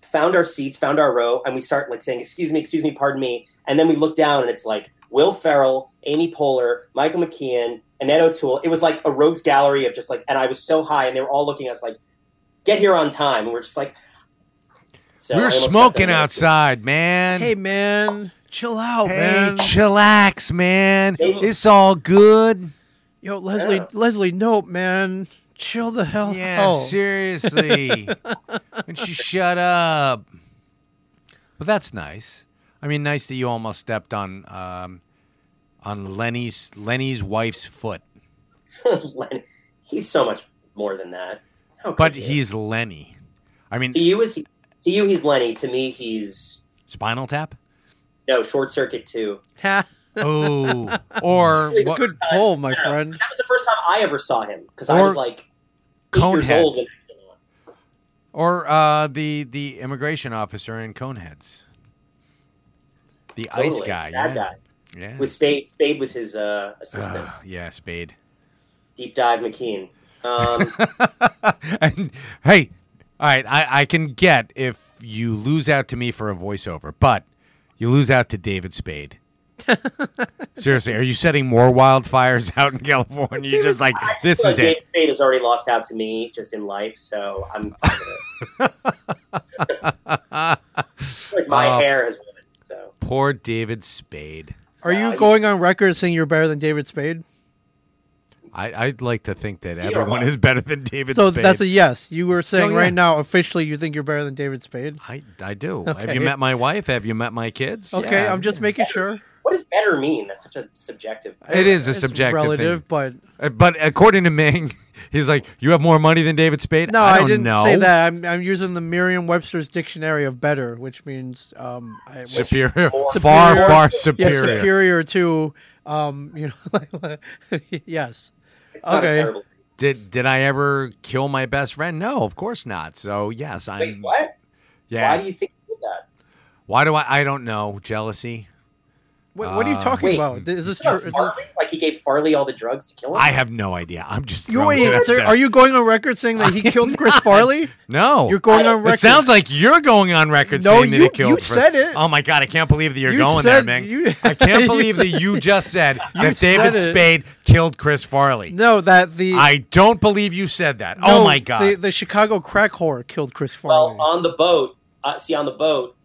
C: found our seats, found our row, and we start like saying, "Excuse me, excuse me, pardon me." And then we look down, and it's like Will Ferrell, Amy Poehler, Michael McKean, Annette O'Toole. It was like a rogues gallery of just like, and I was so high, and they were all looking at us like, "Get here on time," and we're just like. So
B: we were
C: I almost stepped on
B: smoking
C: their-
B: outside, man.
A: hey, man, chill out,
B: Hey,
A: man.
B: chillax, man.
C: Hey.
B: It's all good.
A: Yo, Leslie,
C: Yeah.
A: Leslie, nope, man. Chill the hell
B: Yeah,
C: Oh.
A: out.
B: seriously. Wouldn't you shut up? Well, that's nice. I mean, nice that you almost stepped on um, on Lenny's Lenny's wife's foot,
C: Len- he's so much more than that. How could
B: but
C: you?
B: he's Lenny. I mean,
C: to you is he, to you he's Lenny. To me, he's
B: Spinal Tap.
C: no Short Circuit too.
A: Ha,
B: Oh, or what,
A: Good pull, my
C: Yeah.
A: friend.
C: That was the first time I ever saw him because I
B: Or
C: was like eight years old.
B: Coneheads.
C: When,
B: or uh, the the immigration officer in Coneheads, the ice
C: Totally.
B: guy.
C: That
B: Yeah,
C: guy.
B: yeah.
C: With Spade, Spade was his uh, assistant.
B: Ugh, yeah, Spade.
C: Deep dive McKean. Um,
B: and hey, all right, I, I can get if you lose out to me for a voiceover, but you lose out to David Spade. Seriously, are you setting more wildfires out in California? You're just like, this
C: so
B: is it.
C: Dave Spade has already lost out to me just in life, so I'm fine with it. like my
B: Uh,
C: hair has won. So
B: Poor David Spade.
A: Are
C: Nah,
A: you
C: you-
A: going on record saying you're better than David Spade?
B: I, I'd like to think that
C: are
B: everyone
C: right.
B: is better than David
A: so
B: Spade. Oh,
A: that's a yes. You were saying
B: yeah.
A: right now, officially, you think you're better than David Spade.
B: I, I do. Have
A: Okay.
B: you met my wife? Have you met my kids?
A: Okay, um,
B: Yeah.
A: I'm just making sure.
C: what does better mean? That's such a subjective.
B: It is a
A: It's
B: subjective thing.
A: relative, but
B: Uh, But according to Ming, he's like, you have more money than David Spade.
A: no,
B: I,
A: I,
B: don't
A: didn't
B: know.
A: say that. I'm, I'm using the Merriam-Webster's dictionary of better, which means um, I, which-
B: Superior,
C: Superior.
B: far, far
A: yeah,
B: superior.
A: superior. to um, you know, yes.
C: It's not a
A: Okay.
C: terrible.
B: Did did I ever kill my best friend? No, of course not. So yes, I'm.
C: Wait, what?
B: Yeah.
C: Why do you think he did that?
B: Why do I? I don't know. Jealousy.
A: Wait, what are you
B: Uh,
A: talking
C: Wait.
A: about? Is this true?
C: Isn't
A: Is
C: that
A: this-
C: Farley? Like he gave Farley all the drugs to kill him.
B: I have no idea. I'm just.
A: You
B: throwing it
A: wait,
B: out
A: sir,
B: there.
A: are you going on record saying that he killed Chris Farley?
B: No.
A: You're going
C: I-
A: on record.
B: it sounds like you're going on record
A: No,
B: saying that
A: you-
B: he killed.
A: you
B: Fr-
A: said it.
B: Oh my god, I can't believe that you're
A: You
B: going
A: said-
B: there, Ming.
A: you-
B: I can't
A: you
B: believe that
A: said-
B: you just said that
A: said
B: David
A: it.
B: Spade killed Chris Farley.
A: no that the
B: I don't believe you said that. oh
A: no,
B: my god.
A: the, the Chicago crack whore killed Chris Farley.
C: well, on the boat, uh, see, on the boat,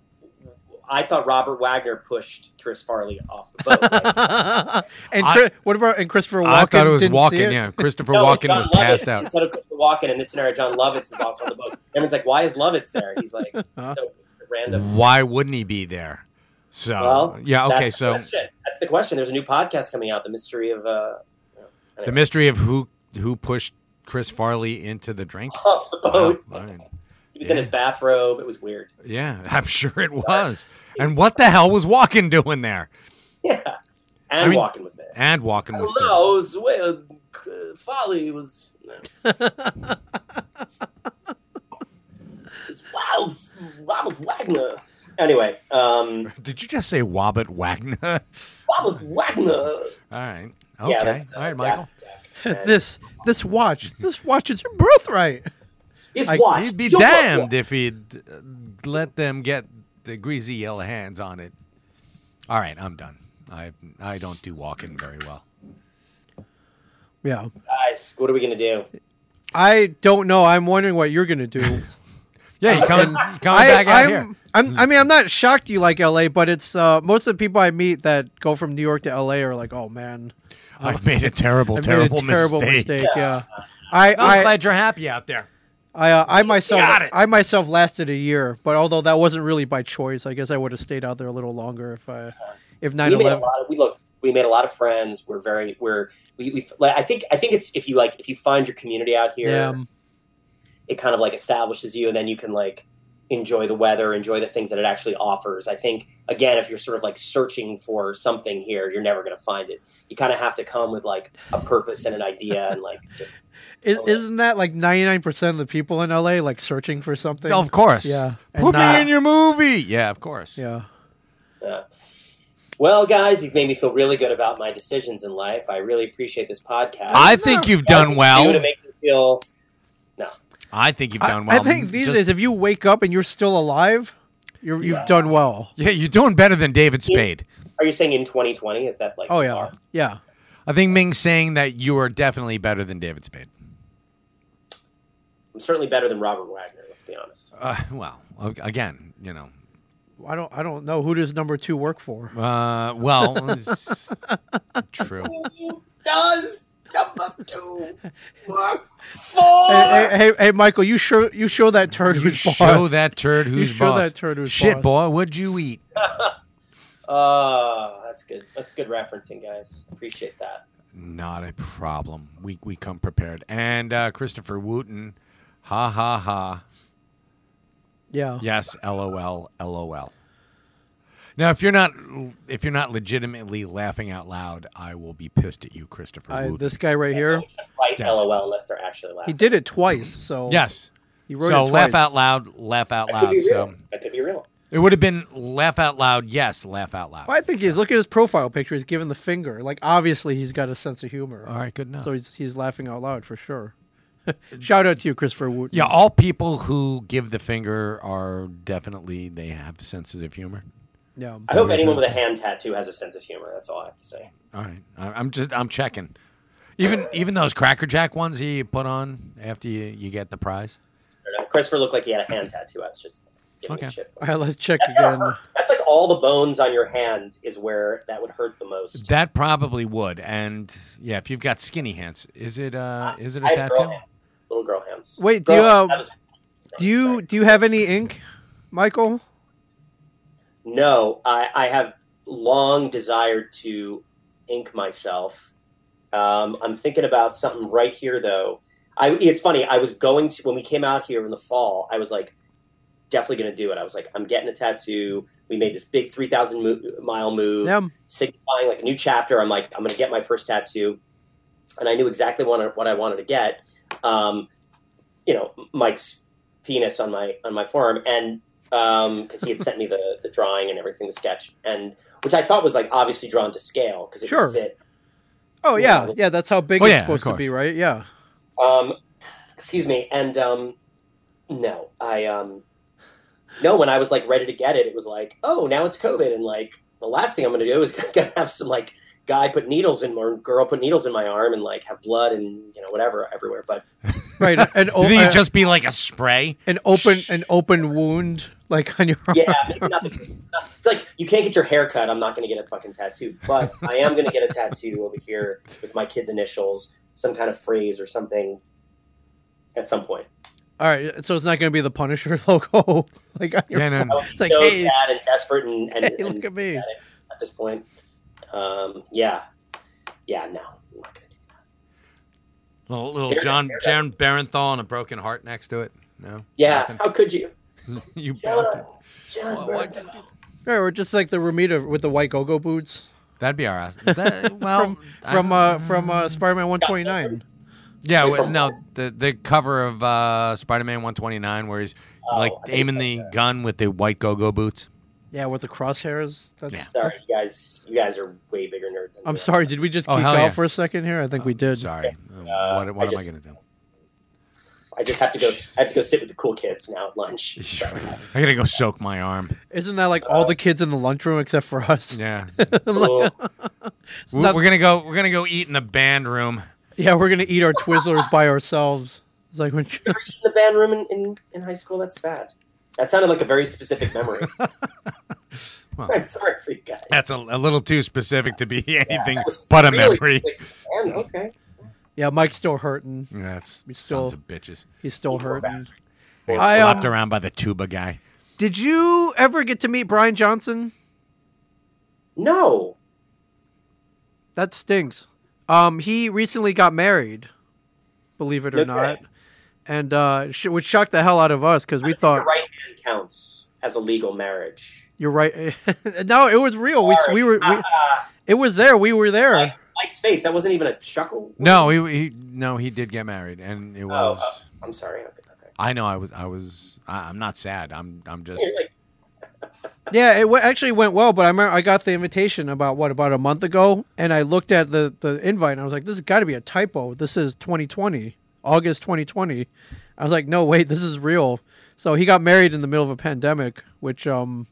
C: I thought Robert Wagner pushed Chris Farley off the boat. Like,
A: and
B: I-
A: Chris, what about and Christopher Walken?
B: I thought it was
A: didn't see
B: walking.
A: it?
B: Yeah, Christopher
C: no,
B: Walken
C: John
B: was
C: Lovitz,
B: passed out.
C: Instead of Christopher Walken in this scenario, John Lovitz was also on the boat. Everyone's like, "Why is Lovitz there?" He's like, so random.
B: Why wouldn't he be there? So
C: Well,
B: Uh, yeah, okay.
C: That's the
B: So
C: question. that's the question. There's a new podcast coming out, The Mystery of uh,
B: the mystery of who who pushed Chris Farley into the drink.
C: off the boat.
B: Wow, all right.
C: He was in his bathrobe. It was weird.
B: Yeah, I'm sure it was. And what the hell was Walken doing there?
C: Yeah, and
B: I mean-
C: Walken was there.
B: And Walken was there.
C: Hello, was well, uh, Folly was. no. It's wild, Robert Wagner. Anyway, um,
B: Did you just say Wabbit Wagner? All
C: Robert Wagner.
B: right. Okay.
C: Yeah, that's, uh,
B: all right, Michael.
C: Yeah, yeah.
A: this this watch this watch is your birthright.
C: His
A: I-
C: watch.
B: He'd be
C: Super
B: damned
C: watch.
B: if he'd uh, let them get the greasy yellow hands on it. All right, I'm done. I I don't do Walken very well.
A: Yeah,
C: Guys, what are we gonna do?
A: I don't know. I'm wondering what you're gonna do.
B: Yeah, you coming coming
A: I,
B: back out
A: I'm,
B: here?
A: I'm, I mean, I'm not shocked you like LA, but it's uh, most of the people I meet that go from New York to LA are like, oh man,
B: I've made a terrible,
A: I
B: terrible,
A: made a terrible mistake.
B: mistake.
A: Yeah, I,
B: I'm
A: I,
B: glad you're happy out there.
A: I, uh, I myself,
B: Got it.
A: I myself lasted a year, but although that wasn't really by choice, I guess I would have stayed out there a little longer if I, if
C: we made a
A: 9/11.
C: lot of we look we made a lot of friends we're very we're we, we like, i think i think it's if you like if you find your community out here
A: Yeah,
C: it kind of like establishes you and then you can like enjoy the weather enjoy the things that it actually offers i think again if you're sort of like searching for something here you're never going to find it you kind of have to come with like a purpose and an idea and like just
A: Is, isn't that like 99% of the people in LA like searching for something?
B: Of course.
A: Yeah, and
B: Put
A: not-
B: me in your movie. Yeah, of course.
A: Yeah.
C: uh, well guys you've made me feel really good about my decisions in life i really appreciate this podcast
B: I think you've done
C: You to
B: well.
C: make me feel
B: I think you've
A: I-
B: done well.
A: I think these
B: Just-
A: days, if you wake up and you're still alive, you're, you've done well.
B: Yeah, you're doing better than David Spade.
C: are you saying in 2020 is that like
A: Oh yeah,
C: our-
A: yeah.
B: I think Ming's saying that you are definitely better than David Spade.
C: I'm certainly better than Robert Wagner. Let's be honest.
B: Uh, well, o- again, you know.
A: I don't, I don't know who does number two work for.
B: Uh, well, it's true.
C: Does number two work for?
A: Hey, hey, hey, hey, Michael, you show you show that turd
B: You
A: who's
B: show
A: boss.
B: that turd who's
A: show
B: boss.
A: that turd who's
B: Shit,
A: boss.
B: boy, what'd you eat?
C: Oh, that's good. That's good referencing, guys. Appreciate that.
B: Not a problem. We we come prepared. And uh, Christopher Wooten, ha ha ha.
A: Yeah.
B: Yes, LOL, LOL. Now, if you're not if you're not legitimately laughing out loud, I will be pissed at you, Christopher.
A: I,
B: Wooten.
A: this guy right here,
B: Yes.
C: Right? LOL. Unless they're actually
A: he
C: laughing.
A: did it twice. So
B: yes.
A: he wrote
B: So
A: it
B: laugh
A: twice.
B: out loud, laugh out
C: That could be
B: loud.
C: real.
B: So
C: that could be real.
B: it would have been laugh out loud. Yes, laugh out loud.
A: Well, I think he's look at his profile picture. He's giving the finger. Like obviously, he's got a sense of humor.
B: All right, good enough.
A: So he's he's laughing out loud for sure. Shout out to you, Christopher Wooten.
B: yeah, all people who give the finger are definitely they have sensitive humor.
A: Yeah.
C: I hope
B: Very
C: anyone with a hand tattoo has a sense of humor. That's all I have to say.
B: All right, I- I'm just I'm checking. Even even those Cracker Jack ones you put on after you, you get the prize.
C: Christopher looked like he had a hand tattoo. I was just giving him
B: Okay.
C: shit. For
A: All right, let's check
C: That's gonna
A: again.
C: hurt. That's like all the bones on your hand is where that would hurt the most.
B: That probably would, and yeah, if you've got skinny hands, is it uh is it a
C: I have girl
B: tattoo?
C: hands. Little girl hands.
A: Wait, do
C: Girl
A: you, uh,
C: hands, that was-
A: Do you do you have any ink, Michael?
C: No, I, I have long desired to ink myself. Um, I'm thinking about something right here, though. I, it's funny. I was going to when we came out here in the fall. I was like, definitely going to do it. I was like, I'm getting a tattoo. We made this big three thousand mo- mile move,
A: Yeah.
C: signifying like a new chapter. I'm like, I'm going to get my first tattoo, and I knew exactly what I, what I wanted to get. Um, you know, Mike's penis on my on my forearm, and because he had sent me the the drawing and everything, the sketch, and which I thought was like obviously drawn to scale because it
A: Sure.
C: would fit.
A: Oh yeah, yeah. That's how big
B: Oh,
A: it's
B: yeah, of
A: supposed to be,
B: course.
A: right? Yeah.
C: Um, excuse me, and um, no, I um, no. When I was like ready to get it, it was like, oh, now it's COVID, and like the last thing I'm going to do is gonna have some like guy put needles in or girl put needles in my arm and like have blood and you know whatever everywhere. But
A: Right. An, o-
B: You think
A: uh,
B: it'd just be like a spray?
A: an open an open wound like on your arm.
C: yeah, maybe not the, it's like you can't get your hair cut. I'm not going to get a fucking tattoo, but I am going to get a tattoo over here with my kid's initials, some kind of phrase or something at some point.
A: All right, so it's not going to be the Punisher logo, like on your
B: Yeah, no,
A: phone.
B: no.
C: I would be
A: It's like,
C: so
A: hey,
C: sad and desperate and, and,
A: hey,
C: and
A: look at me.
C: at it at this point. Um, yeah, yeah, no. I'm not gonna do that.
B: Little, little
C: There-
B: John
C: there-
B: John Barenthal and a broken heart next to it. No.
C: Yeah,
B: Nothing?
C: how could you,
B: you
C: John?
B: bastard.
C: John
B: Why- why'd you
C: Bernthal.
A: Yeah, or just like the Ramita with the white go-go boots
B: That'd be our ass. That, well,
A: from
B: I-
A: from uh, from uh, Spider-Man 129.
B: yeah,
C: Wait,
B: well,
C: from-
B: no, the the cover of uh, Spider-Man 129 where he's
C: Oh,
B: like
C: I think
B: aiming
C: so,
B: the gun with the white go-go boots.
A: Yeah, with the crosshairs. That's,
B: Yeah.
C: Sorry,
A: that's-
C: you guys, you guys are way bigger nerds. Than
A: I'm
C: me.
A: sorry. Did we just
B: Oh,
A: geek
B: hell
A: out
B: yeah.
A: for a second here? I think we did.
B: Oh, Sorry.
C: Uh,
B: what what
C: I
B: am I
C: just-
B: gonna do?
C: I just have to go.
B: Jesus.
C: I have to go sit with the cool kids now at lunch. Sorry.
B: I gotta go soak my arm.
A: Isn't that like all the kids in the lunchroom except for us?
B: Yeah,
C: Cool.
B: we're,
A: not-
B: we're gonna go. We're gonna go eat in the band room.
A: Yeah, we're gonna eat our Twizzlers by ourselves. It's like when
C: in the band room in, in, in high school. That's sad. That sounded like a very specific memory.
B: Well.
C: I'm sorry for you guys.
B: That's a, a little too specific to be anything
C: That was
B: but a
C: really
B: memory.
C: specific. Man, okay.
A: yeah, Mike's still hurting.
B: Yeah, That's
A: We
B: sons
A: still-
B: of bitches.
A: He's still hurting.
B: I got
A: I,
B: slapped
A: um,
B: around by the tuba guy.
A: Did you ever get to meet Brian Johnson?
C: No.
A: That stinks. Um, he recently got married, believe it or
C: Okay.
A: not, and uh, sh- which shocked the hell out of us because we thought
C: Your right hand counts as a legal marriage.
A: you're right. no, it was real. We,
C: Sorry.
A: we were
B: Uh,
A: we,
C: Ah,
A: it was there. We were there.
C: Mike's, Mike's face. That wasn't even a chuckle.
B: No, he, he no, he did get married, and it was.
C: oh. I'm sorry. Okay, okay.
B: I know. I was. I was. I, I'm not sad. I'm. I'm just.
C: You're like,
A: Yeah, it w- actually went well, but I remember I got the invitation about what about a month ago, and I looked at the the invite and I was like, "This has got to be a typo. This is 2020, August 2020." I was like, "No, wait, this is real." So he got married in the middle of a pandemic, which um,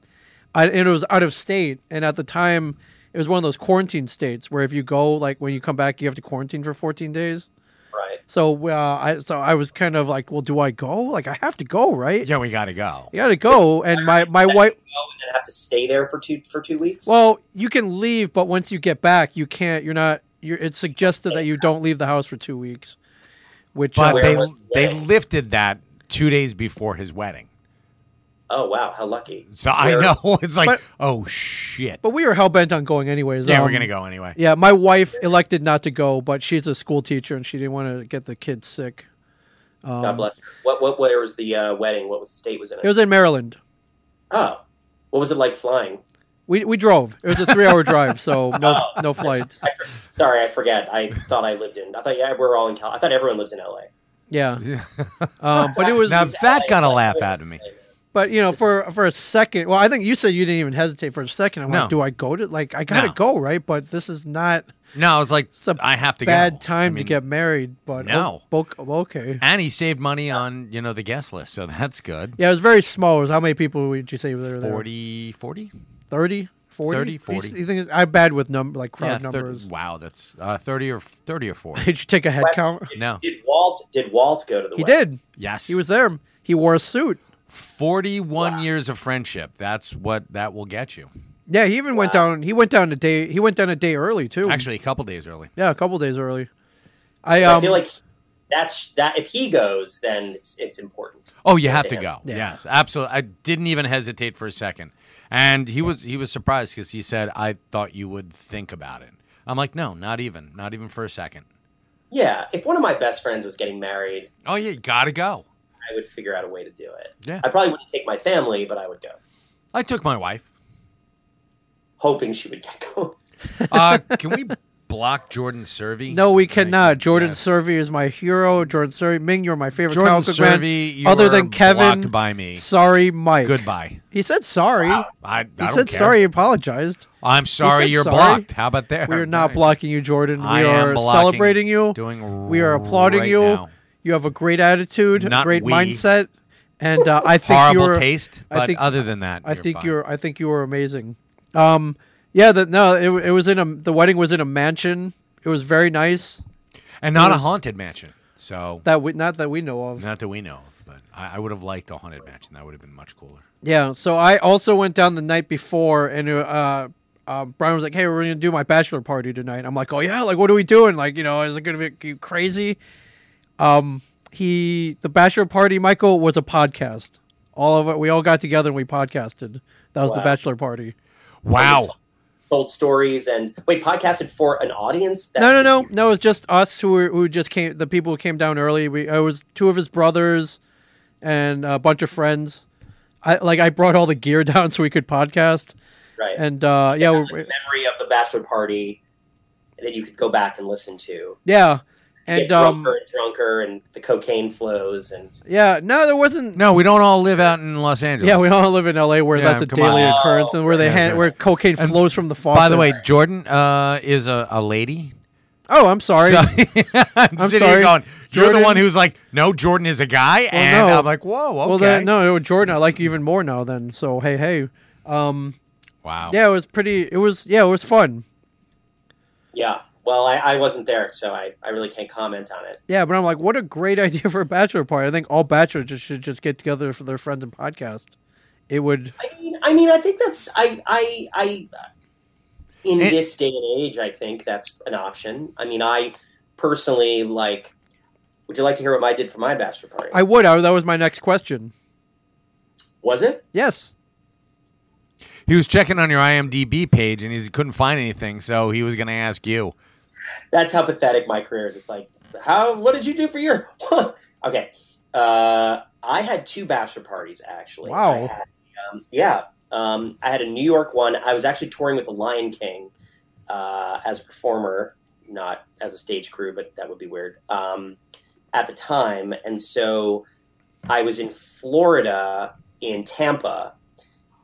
A: I, and it was out of state, and at the time it was one of those quarantine states where if you go like when you come back, you have to quarantine for 14 days.
C: right.
A: So uh, I so I was kind of like, "Well, do I go? Like I have to go, right?
B: Yeah, we gotta go.
A: You got to go." And my my wife.
C: Oh, and then have to stay there for two for two weeks.
A: Well, you can leave, but once you get back, you can't. You're not. You're, it's suggested that you don't leave the house for two weeks. Which uh,
B: But they
C: Where was
B: they
C: Jay?
B: lifted that two days before his wedding.
C: oh wow, how lucky.
B: So I
C: Where-
B: know it's like,
A: But-
B: oh shit.
A: but we were hell bent on going anyways.
B: yeah,
A: um,
B: we're gonna go anyway.
A: Yeah, my wife elected not to go, but she's a school teacher and she didn't want to get the kids sick. Um,
C: God bless. Her. What what where was the uh, wedding? What was the state was in it?
A: It was in Maryland.
C: oh, what was it like flying?
A: We we drove. It was a three hour drive, so no
C: Oh.
A: no flight.
C: I, for- sorry, I forget. I thought I lived in. I thought yeah, we're all in. Cal- I thought everyone lives in LA.
A: Yeah, um, but it was.
B: now that got a
C: Like,
B: laugh
C: like,
B: out of me.
A: But you know, for for a second, well, I think you said you didn't even hesitate for a second. I'm
B: No.
A: like, do I go to like I gotta
B: No.
A: go right? But this is not.
B: No, I was like,
A: It's a
B: I have to
A: bad
B: go.
A: time
B: I mean,
A: to get married, but
B: No.
A: o- o- okay.
B: And he saved money on you know the guest list, so that's good.
A: Yeah, it was very small. It was how many people would you say were there?
B: 40, 40?
A: 30? 40?
B: 30,
A: You
B: 40.
A: s- You, think it's, I'm bad with number like crowd
B: yeah, 30
A: numbers.
B: Wow, that's uh, thirty or thirty or forty.
A: Did you take a head count?
B: no,
C: Did Walt? Did Walt go to the?
A: He
C: wedding?
A: did.
B: yes,
A: He was there. He wore a suit.
B: forty-one years of friendship. That's what that will get you.
A: Yeah, he even went
C: Wow.
A: down. He went down a day. He went down a day early too.
B: Actually, a couple days early.
A: yeah, a couple days early. I
C: I
A: um,
C: feel like that's that. If he goes, then it's it's important.
B: Oh, you have to
C: Damn.
B: go.
A: Yeah.
B: Yes, absolutely. I didn't even hesitate for a second, and he was he was surprised because he said, "I thought you would think about it." I'm like, "No, not even, not even for a second.
C: Yeah, if one of my best friends was getting married,
B: Oh yeah, you gotta go.
C: I would figure out a way to do it.
B: Yeah.
C: I probably wouldn't take my family, but I would go,
B: I took my wife.
C: hoping she would get going.
B: Uh, can we block Jordan Servy?
A: no, we
B: Like,
A: cannot. Jordan
B: yes.
A: Servi is my hero. Jordan Servi, Ming, you're my favorite.
B: Jordan
A: comic book man.
B: Servy, you
A: other
B: are
A: than Kevin,
B: blocked by me.
A: Sorry, Mike.
B: Goodbye.
A: He said sorry.
B: I, I
A: He
B: don't
A: said
B: care.
A: sorry. He apologized.
B: I'm sorry
A: said
B: you're
A: sorry.
B: blocked. How about there?
A: We are not
B: Right.
A: blocking you, Jordan. We
B: I am
A: are
B: blocking-
A: celebrating you.
B: Doing
A: We are applauding
B: right
A: you.
B: now.
A: You have a great attitude, a
B: Not
A: great
B: we.
A: mindset, and uh, I think
B: Horrible
A: you're.
B: taste,
A: I
B: but
A: think-
B: other than that,
A: I think
B: fine.
A: you're. I think you were amazing. Um, yeah. That no. It, it was in a. The wedding was in a mansion. It was very nice.
B: and not a
A: was-
B: haunted mansion. So
A: That we not that we know of.
B: Not that we know of, but I, I would have liked a haunted mansion. That would have been much cooler.
A: Yeah. So I also went down the night before, and uh, um, Brian was like, "Hey, we're gonna do my bachelor party tonight." I'm like, "Oh yeah, like what are we doing? Like you know, is it gonna be crazy?" Um, he the bachelor party michael was a podcast all of it we all got together and we podcasted that was the
C: Wow.
A: bachelor party
B: Wow.
C: told stories and wait, podcasted for an audience. That,
A: no no no no it was just us who were, who just came the people who came down early we i was two of his brothers and a bunch of friends i like i brought all the gear down so we could podcast
C: right.
A: and uh yeah
C: Like,
A: we-
C: memory of the bachelor party that you could go back and listen to.
A: yeah
C: Get
A: and um
C: drunker and drunker, and the cocaine flows, and
A: yeah no there wasn't
B: No, we don't all live out in Los Angeles.
A: yeah we all live in la where
B: Yeah,
A: that's a
B: come on.
A: daily occurrence and where they
B: Yeah,
A: hand,
B: sure.
A: where cocaine
B: And
A: flows from the faucet
B: By the way, Jordan uh, is a, a lady.
A: oh i'm sorry
B: So, I'm,
A: I'm
B: sitting
A: sorry.
B: here going, you're the
A: Jordan-
B: one who's like, no, Jordan is a guy. and
A: no.
B: I'm like, whoa, okay.
A: Well, then, no, no, Jordan, I like you even more now. Then, so hey, hey, um,
B: Wow.
A: yeah, it was pretty. It was yeah, it was fun.
C: yeah. Well, I, I wasn't there, so I, I really can't comment on it.
A: Yeah, but I'm like, what a great idea for a bachelor party. I think all bachelors just should just get together for their friends and podcast. It would.
C: I mean, I mean, I think that's I I I in
B: It-
C: this day and age, I think that's an option. I mean, I personally like. Would you like to hear what I did for my bachelor party?
A: I would. I, that was my next question.
C: was it?
A: Yes.
B: He was checking on your IMDb page and he couldn't find anything, so he was going to ask you.
C: That's how pathetic my career is. It's like, how? What did you do for your? okay, uh, I had two bachelor parties actually.
A: Wow.
C: I had, um, yeah, um, I had a New York one. I was actually touring with the Lion King uh, as a performer, not as a stage crew, but that would be weird um, at the time. And so I was in Florida in Tampa.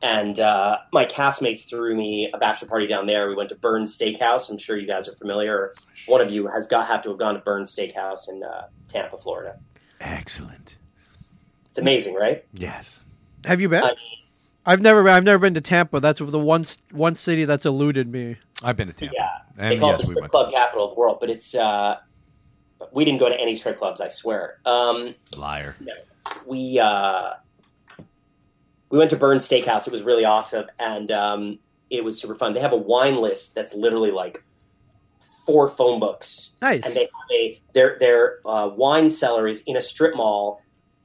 C: And uh, my castmates threw me a bachelor party down there. We went to Burns Steakhouse. I'm sure you guys are familiar, or one of you has got have to have gone to Burns Steakhouse in uh, Tampa, Florida.
B: Excellent.
C: It's amazing, right?
B: Yes.
A: Have you been?
C: I-
A: I've never. I've never been to Tampa. That's the one c- one city that's eluded me.
B: I've been to Tampa.
C: Yeah,
B: And
C: they call
B: yes,
C: it the
B: we
C: strip
B: went.
C: club capital of the world, but it's uh, we didn't go to any strip clubs, I swear. Um,
B: Liar.
C: we uh, we went to Burns Steakhouse. It was really awesome, and um, it was super fun. They have a wine list that's literally like four phone books
A: Nice.
C: and they have a their their uh, wine cellar is in a strip mall.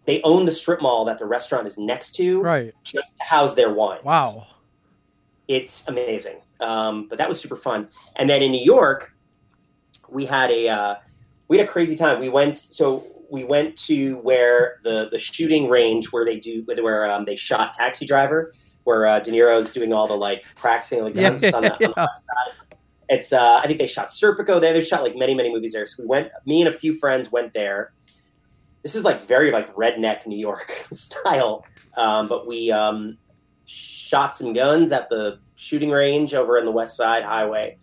C: They own the strip mall that the restaurant is next to,
A: right.
C: just to house their wine.
A: Wow.
C: it's amazing. Um, but that was super fun. And then in New York, we had a uh, we had a crazy time. We went so we went to where the the shooting range where they do where um, they shot Taxi Driver, where uh, De Niro's doing all the like practicing like
A: Yeah,
C: guns on the, on the hot side. It's uh, I think they shot Serpico there. They shot like many many movies there. So we went. Me and a few friends went there. This is like very like redneck New York style. Um, but we um, shot some guns at the shooting range over on the West Side Highway,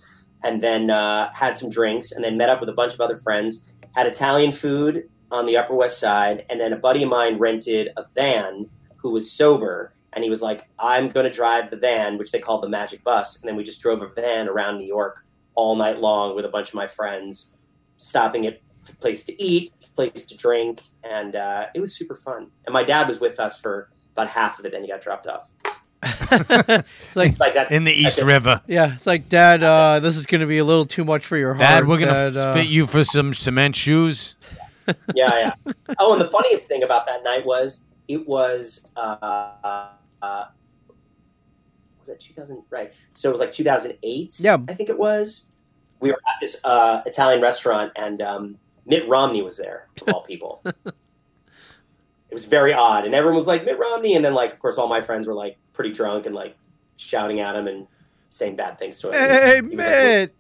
C: and then uh, had some drinks, and then met up with a bunch of other friends. Had Italian food on the Upper West Side, and then a buddy of mine rented a van who was sober, and he was like, "I'm going to drive the van," which they called the Magic Bus, and then we just drove a van around New York all night long with a bunch of my friends, stopping at a place to eat, place to drink, and uh, it was super fun. And my dad was with us for about half of it, then he got dropped off.
A: It's like
C: Like that's
B: In the East
C: Okay.
B: River.
A: yeah. It's like dad. Uh, this is going to be a little too much for your heart.
B: Dad, we're going to
A: Dad, uh,
B: fit you for some cement shoes.
C: yeah, yeah. Oh, and the funniest thing about that night was it was uh, uh, was that 2000? Right. So it was like 2008.
A: Yeah.
C: I think it was. We were at this uh, Italian restaurant, and um, Mitt Romney was there, of all people. it was very odd, and everyone was like Mitt Romney, and then like, of course, all my friends were like pretty drunk and like shouting at him and saying bad things to him.
A: Hey,
C: He was like,
A: Mitt.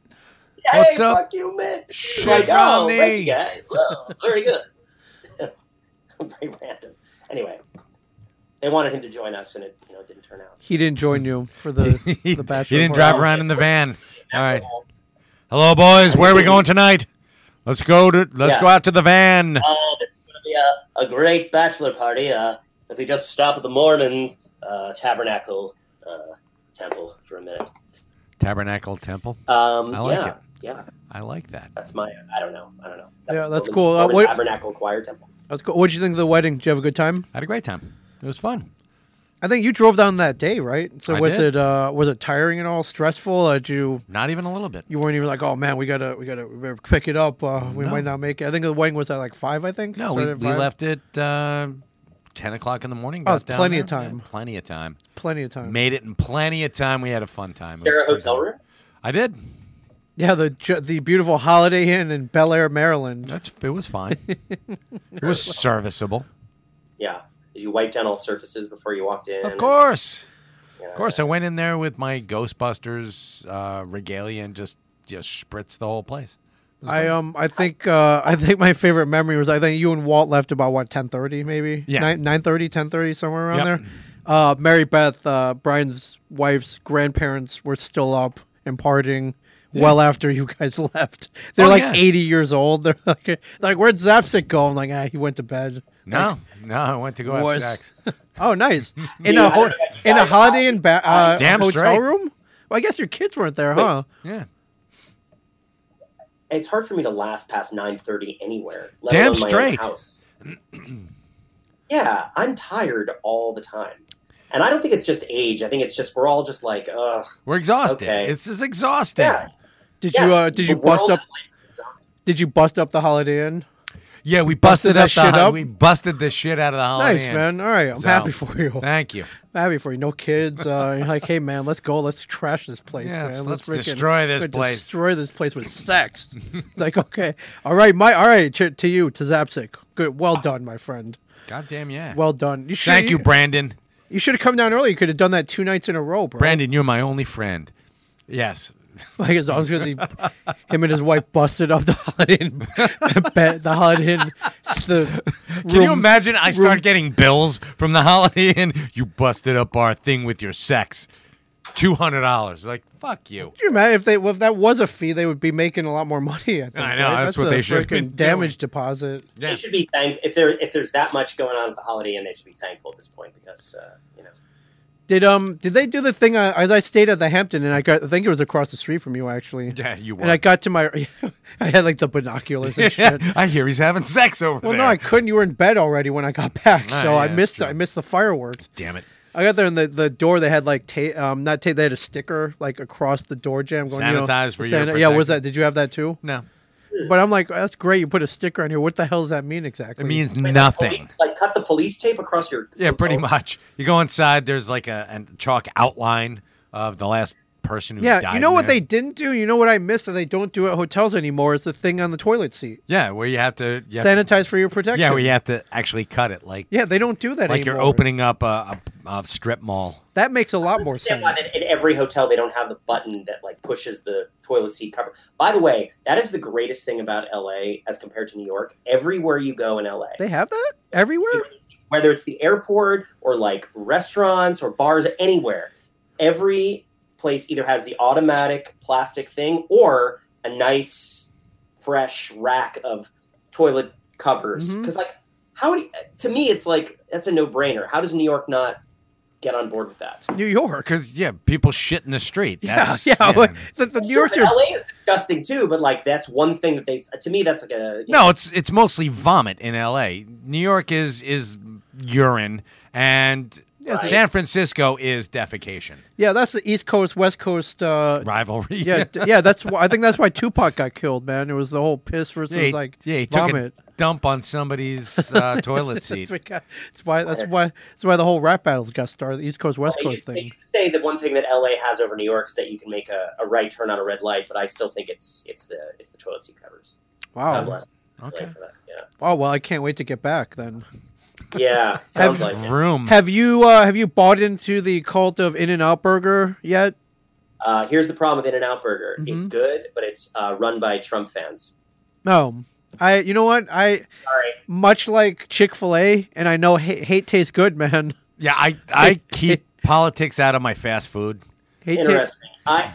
C: Hey,
B: What's up?
C: fuck you, Mitt. He's
B: Shit,
C: like, oh,
B: Romney.
C: thank you guys. Well, it's very good. very random. Anyway, they wanted him to join us, and it you know it didn't turn out.
A: He didn't join you for the.
B: he
A: bachelor
B: didn't
A: party.
B: drive around in the van. All right. Hello, boys. Where are we going tonight? Let's go to. Let's
C: Yeah.
B: go out to the van.
C: Oh, this is going to be a, a great bachelor party. Uh, if we just stop at the Mormon uh, Tabernacle uh, Temple for a minute.
B: Tabernacle Temple.
C: Um,
B: I like
C: yeah,
B: it.
C: yeah.
B: I like that.
C: That's my. I don't know. I don't know.
A: Yeah, that's
C: Mormon-
A: cool. Uh,
C: Mormon
A: what-
C: Tabernacle Choir Temple.
A: That's cool. What'd you think of the wedding? Did you have a good time?
B: I had a great time. It was fun.
A: I think you drove down that day, right? So
B: I
A: was
B: did.
A: it uh, was it tiring and all, stressful? Or did you
B: Not even a little bit.
A: you weren't even like, oh man, we gotta we gotta we better pick it up. Uh, we
B: No.
A: might not make it. I think the wedding was at like five. I think
B: No,
A: Started
B: we,
A: at
B: we
A: five?
B: left at uh, ten o'clock in the morning.
A: Oh,
B: got
A: it's
B: down
A: plenty of
B: there, yeah,
A: time.
B: Plenty of time.
A: plenty of time.
B: Made it in plenty of time. We had a fun time. It
C: Is there a
B: was
C: hotel
B: fun.
C: room?
B: I did.
A: Yeah, the ju- the beautiful Holiday Inn in Bel Air, Maryland.
B: That's it was fine. it was serviceable.
C: Yeah. Did you wipe down all surfaces before you walked in?
B: Of course.
C: Yeah.
B: Of course. I went in there with my Ghostbusters uh, regalia and just just spritzed the whole place.
A: I um I think uh, I think my favorite memory was I think you and Walt left about what ten thirty maybe
B: Yeah.
A: nine nine thirty ten thirty somewhere around
B: Yep.
A: there. Uh, Mary Beth, uh, Brian's wife's grandparents were still up and partying well after you guys left. They're
B: Oh,
A: like
B: yeah.
A: eighty years old. They're like like where'd Zapsic go? I'm like ah he went to bed.
B: No, no, I went to go have
A: Was-
B: sex.
A: Oh, nice. In
C: Yeah,
A: a ho-
C: I don't know.
A: in a Holiday Inn ba- uh,
B: Oh, Damn
A: hotel
B: straight.
A: room. Well, I guess your kids weren't there, huh?
B: Yeah.
C: It's hard for me to last past nine thirty anywhere. Let
B: Damn
C: alone my own
B: straight.
C: house. yeah, I'm tired all the time, and I don't think it's just age. I think it's just we're all just like, ugh.
B: We're exhausted.
C: Okay.
B: This is exhausting.
C: Yeah.
B: Yeah.
A: Did
C: yes,
A: you uh, did
C: the
A: you bust
C: world
A: up
C: is exhausting.
A: did you bust up the Holiday Inn?
B: we
A: Busted
B: busted,
A: that
B: up the
A: shit
B: ho-
A: up?
B: we busted the shit out of the holiday.
A: nice
B: Inn.
A: man. All right, I'm
B: So-
A: happy for you.
B: Thank you.
A: I'm happy for you. No kids. Uh, you're like, hey man, let's go. Let's trash this place,
B: Yeah,
A: man.
B: let's- let's
A: freaking-
B: destroy this
A: freaking
B: place.
A: Destroy this place with sex. like, okay, all right, my all right to, to you to Zapsik. Good, well done, my friend.
B: Goddamn yeah.
A: Well done. You should
B: Thank you, Brandon.
A: You should have come down early. You could have done that two nights in a row, bro.
B: Brandon, you're my only friend. Yes.
A: Like as long as he, him and his wife busted up the Holiday Inn, bed- the Holiday Inn, the
B: Can you
A: room-
B: imagine? I start getting bills from the Holiday Inn. You busted up our thing with your sex. Two hundred dollars. Like fuck you.
A: Can you imagine if they if that was a fee, they would be making a lot more money. I, think,
B: I know,
A: right?
B: that's what
A: a
B: they should have
A: freaking
B: been
A: damage deposit.
B: Yeah.
C: They should be thank if there if there's that much going on at the Holiday Inn, they should be thankful at this point because uh, you know.
A: Did um did they do the thing uh, as I stayed at the Hampton and I got I think it was across the street from you actually.
B: Yeah, you
A: And I
B: were.
A: got to my I had like the binoculars and shit.
B: I hear he's having sex over
A: Well,
B: there.
A: no, I couldn't. You were in bed already when I got back,
B: Ah,
A: so I
B: yeah,
A: missed
B: that's
A: I
B: true.
A: missed the fireworks.
B: Damn it.
A: I got there and the, the door they had like tape um not tape they had a sticker like across the door jam going you know,
B: Sanitized for your
A: yeah was
B: protection.
A: that did you have that too?
B: No,
A: But I'm like that's great you put a sticker on here what the hell does that mean exactly?
B: it means
C: Wait, the
B: nothing.
C: police- like cut the police tape across your.
B: Yeah, pretty
C: hotel.
B: much. You go inside. There's like a, a chalk outline of the last person who
A: yeah
B: died.
A: you know what
B: there.
A: they didn't do you know what I missed that they don't do at hotels anymore is the thing on the toilet seat
B: Yeah, where you have to. You have to-
A: sanitize for your protection
B: yeah, where you have to actually cut it like
A: Yeah, they don't do that
B: like
A: anymore.
B: you're opening up a, a, a strip mall.
A: That makes a lot more sense.
C: understand why that in every hotel they don't have the button that like pushes the toilet seat cover. By the way, that is the greatest thing about LA as compared to New York. Everywhere you go in LA,
A: They have that everywhere.
C: whether it's the airport or like restaurants or bars anywhere, every place either has the automatic plastic thing or a nice fresh rack of toilet covers.
A: Mhm.
C: Because like, how do you, to me it's like that's a no brainer. How does New York not get on board with that?
A: New York.
B: Because yeah, people shit in the street.
A: Yeah,
B: That's,
A: yeah. like, The, the New York's
C: Sure,
A: your
C: LA is disgusting too, but like that's one thing that they to me that's like a
B: No, it's it's mostly vomit in L.A. New York is is urine, and
A: Yes, it
B: San Francisco is defecation
A: yeah. That's the East Coast West Coast. Uh,
B: rivalry.
A: yeah, d- yeah. That's why I think that's why Tupac got killed, man. It was the whole piss versus
B: yeah, he,
A: like
B: yeah, he took
A: vomit.
B: a dump on somebody's uh, toilet
A: That's
B: seat.
A: what got- that's why. That's why. That's why the whole rap battles got started. The East Coast West
C: They
A: Coast
C: used, they
A: thing.
C: used to say the one thing that LA has over New York is that you can make a, a right turn on a red light, but I still think it's it's the it's the toilet seat covers. God
A: Wow.
C: bless LA
B: Oh, Okay,
C: for that. Yeah.
A: Oh well, I can't wait to get back then.
C: Yeah. Sounds like it.
B: room.
A: Have you uh, have you bought into the cult of In and Out Burger yet?
C: Uh, here's the problem with In and Out Burger. It's
B: Mm-hmm.
A: Mhm.
C: good, but it's uh, run by Trump fans.
A: No. I. You know what? I
C: Sorry.
A: much like Chick Fil A, and I know hate, hate tastes good, man.
B: Yeah, I I keep politics out of my fast food.
A: Hate tastes.
C: Interesting. I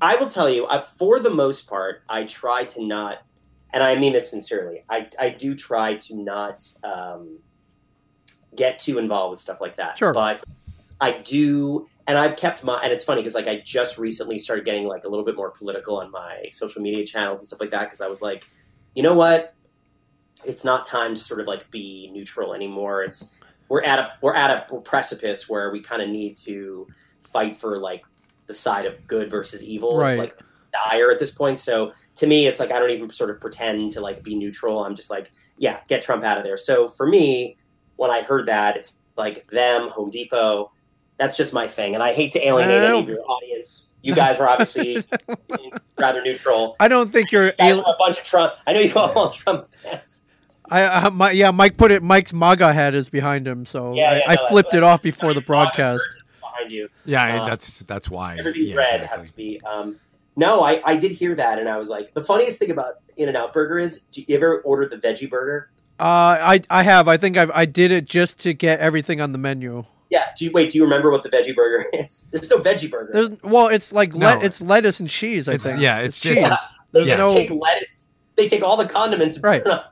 C: I will tell you, I, for the most part, I try to not, and I mean this sincerely. I I do try to not um, get too involved with stuff like that.
A: Sure.
C: But I do, and I've kept my. And it's funny because like I just recently started getting like a little bit more political on my social media channels and stuff like that because I was like, you know what, it's not time to sort of like be neutral anymore. It's we're at a we're at a precipice where we kind of need to fight for like the side of good versus evil.
A: Right.
C: It's like dire at this point. So to me, it's like I don't even sort of pretend to like be neutral. I'm just like, yeah, get Trump out of there. So for me, when I heard that, it's like them, Home Depot. That's just my thing, and I hate to alienate any of your audience. You guys are obviously rather neutral.
A: I don't think you're.
C: You guys
A: al-
C: are a bunch of Trump. I know you all are Trump fans.
A: I, uh, my, yeah, Mike put it. Mike's MAGA hat is behind him, so
C: Yeah,
A: I,
C: yeah,
A: I
C: no,
A: flipped it
C: that's-
A: off before the
C: that's not a
A: broadcast.
C: Behind you,
B: Yeah,
C: Uh,
B: that's that's why.
C: everything
B: yeah,
C: red
B: exactly.
C: has to be. Um, no, I, I did hear that, and I was like, the funniest thing about In and Out Burger is, do you ever order the veggie burger?
A: Uh, I I have. I think I've, I did it just to get everything on the menu.
C: Yeah. Do you wait? Do you remember what the veggie burger is? There's no veggie burger.
A: There's well, it's like le-
B: No.
A: it's lettuce and cheese. I
B: It's-
A: think.
B: yeah, it's- it's-
A: cheese.
C: Yeah. they
A: there's
C: just
A: no-
C: take lettuce. They take all the condiments. And
A: Right.
C: Put it on.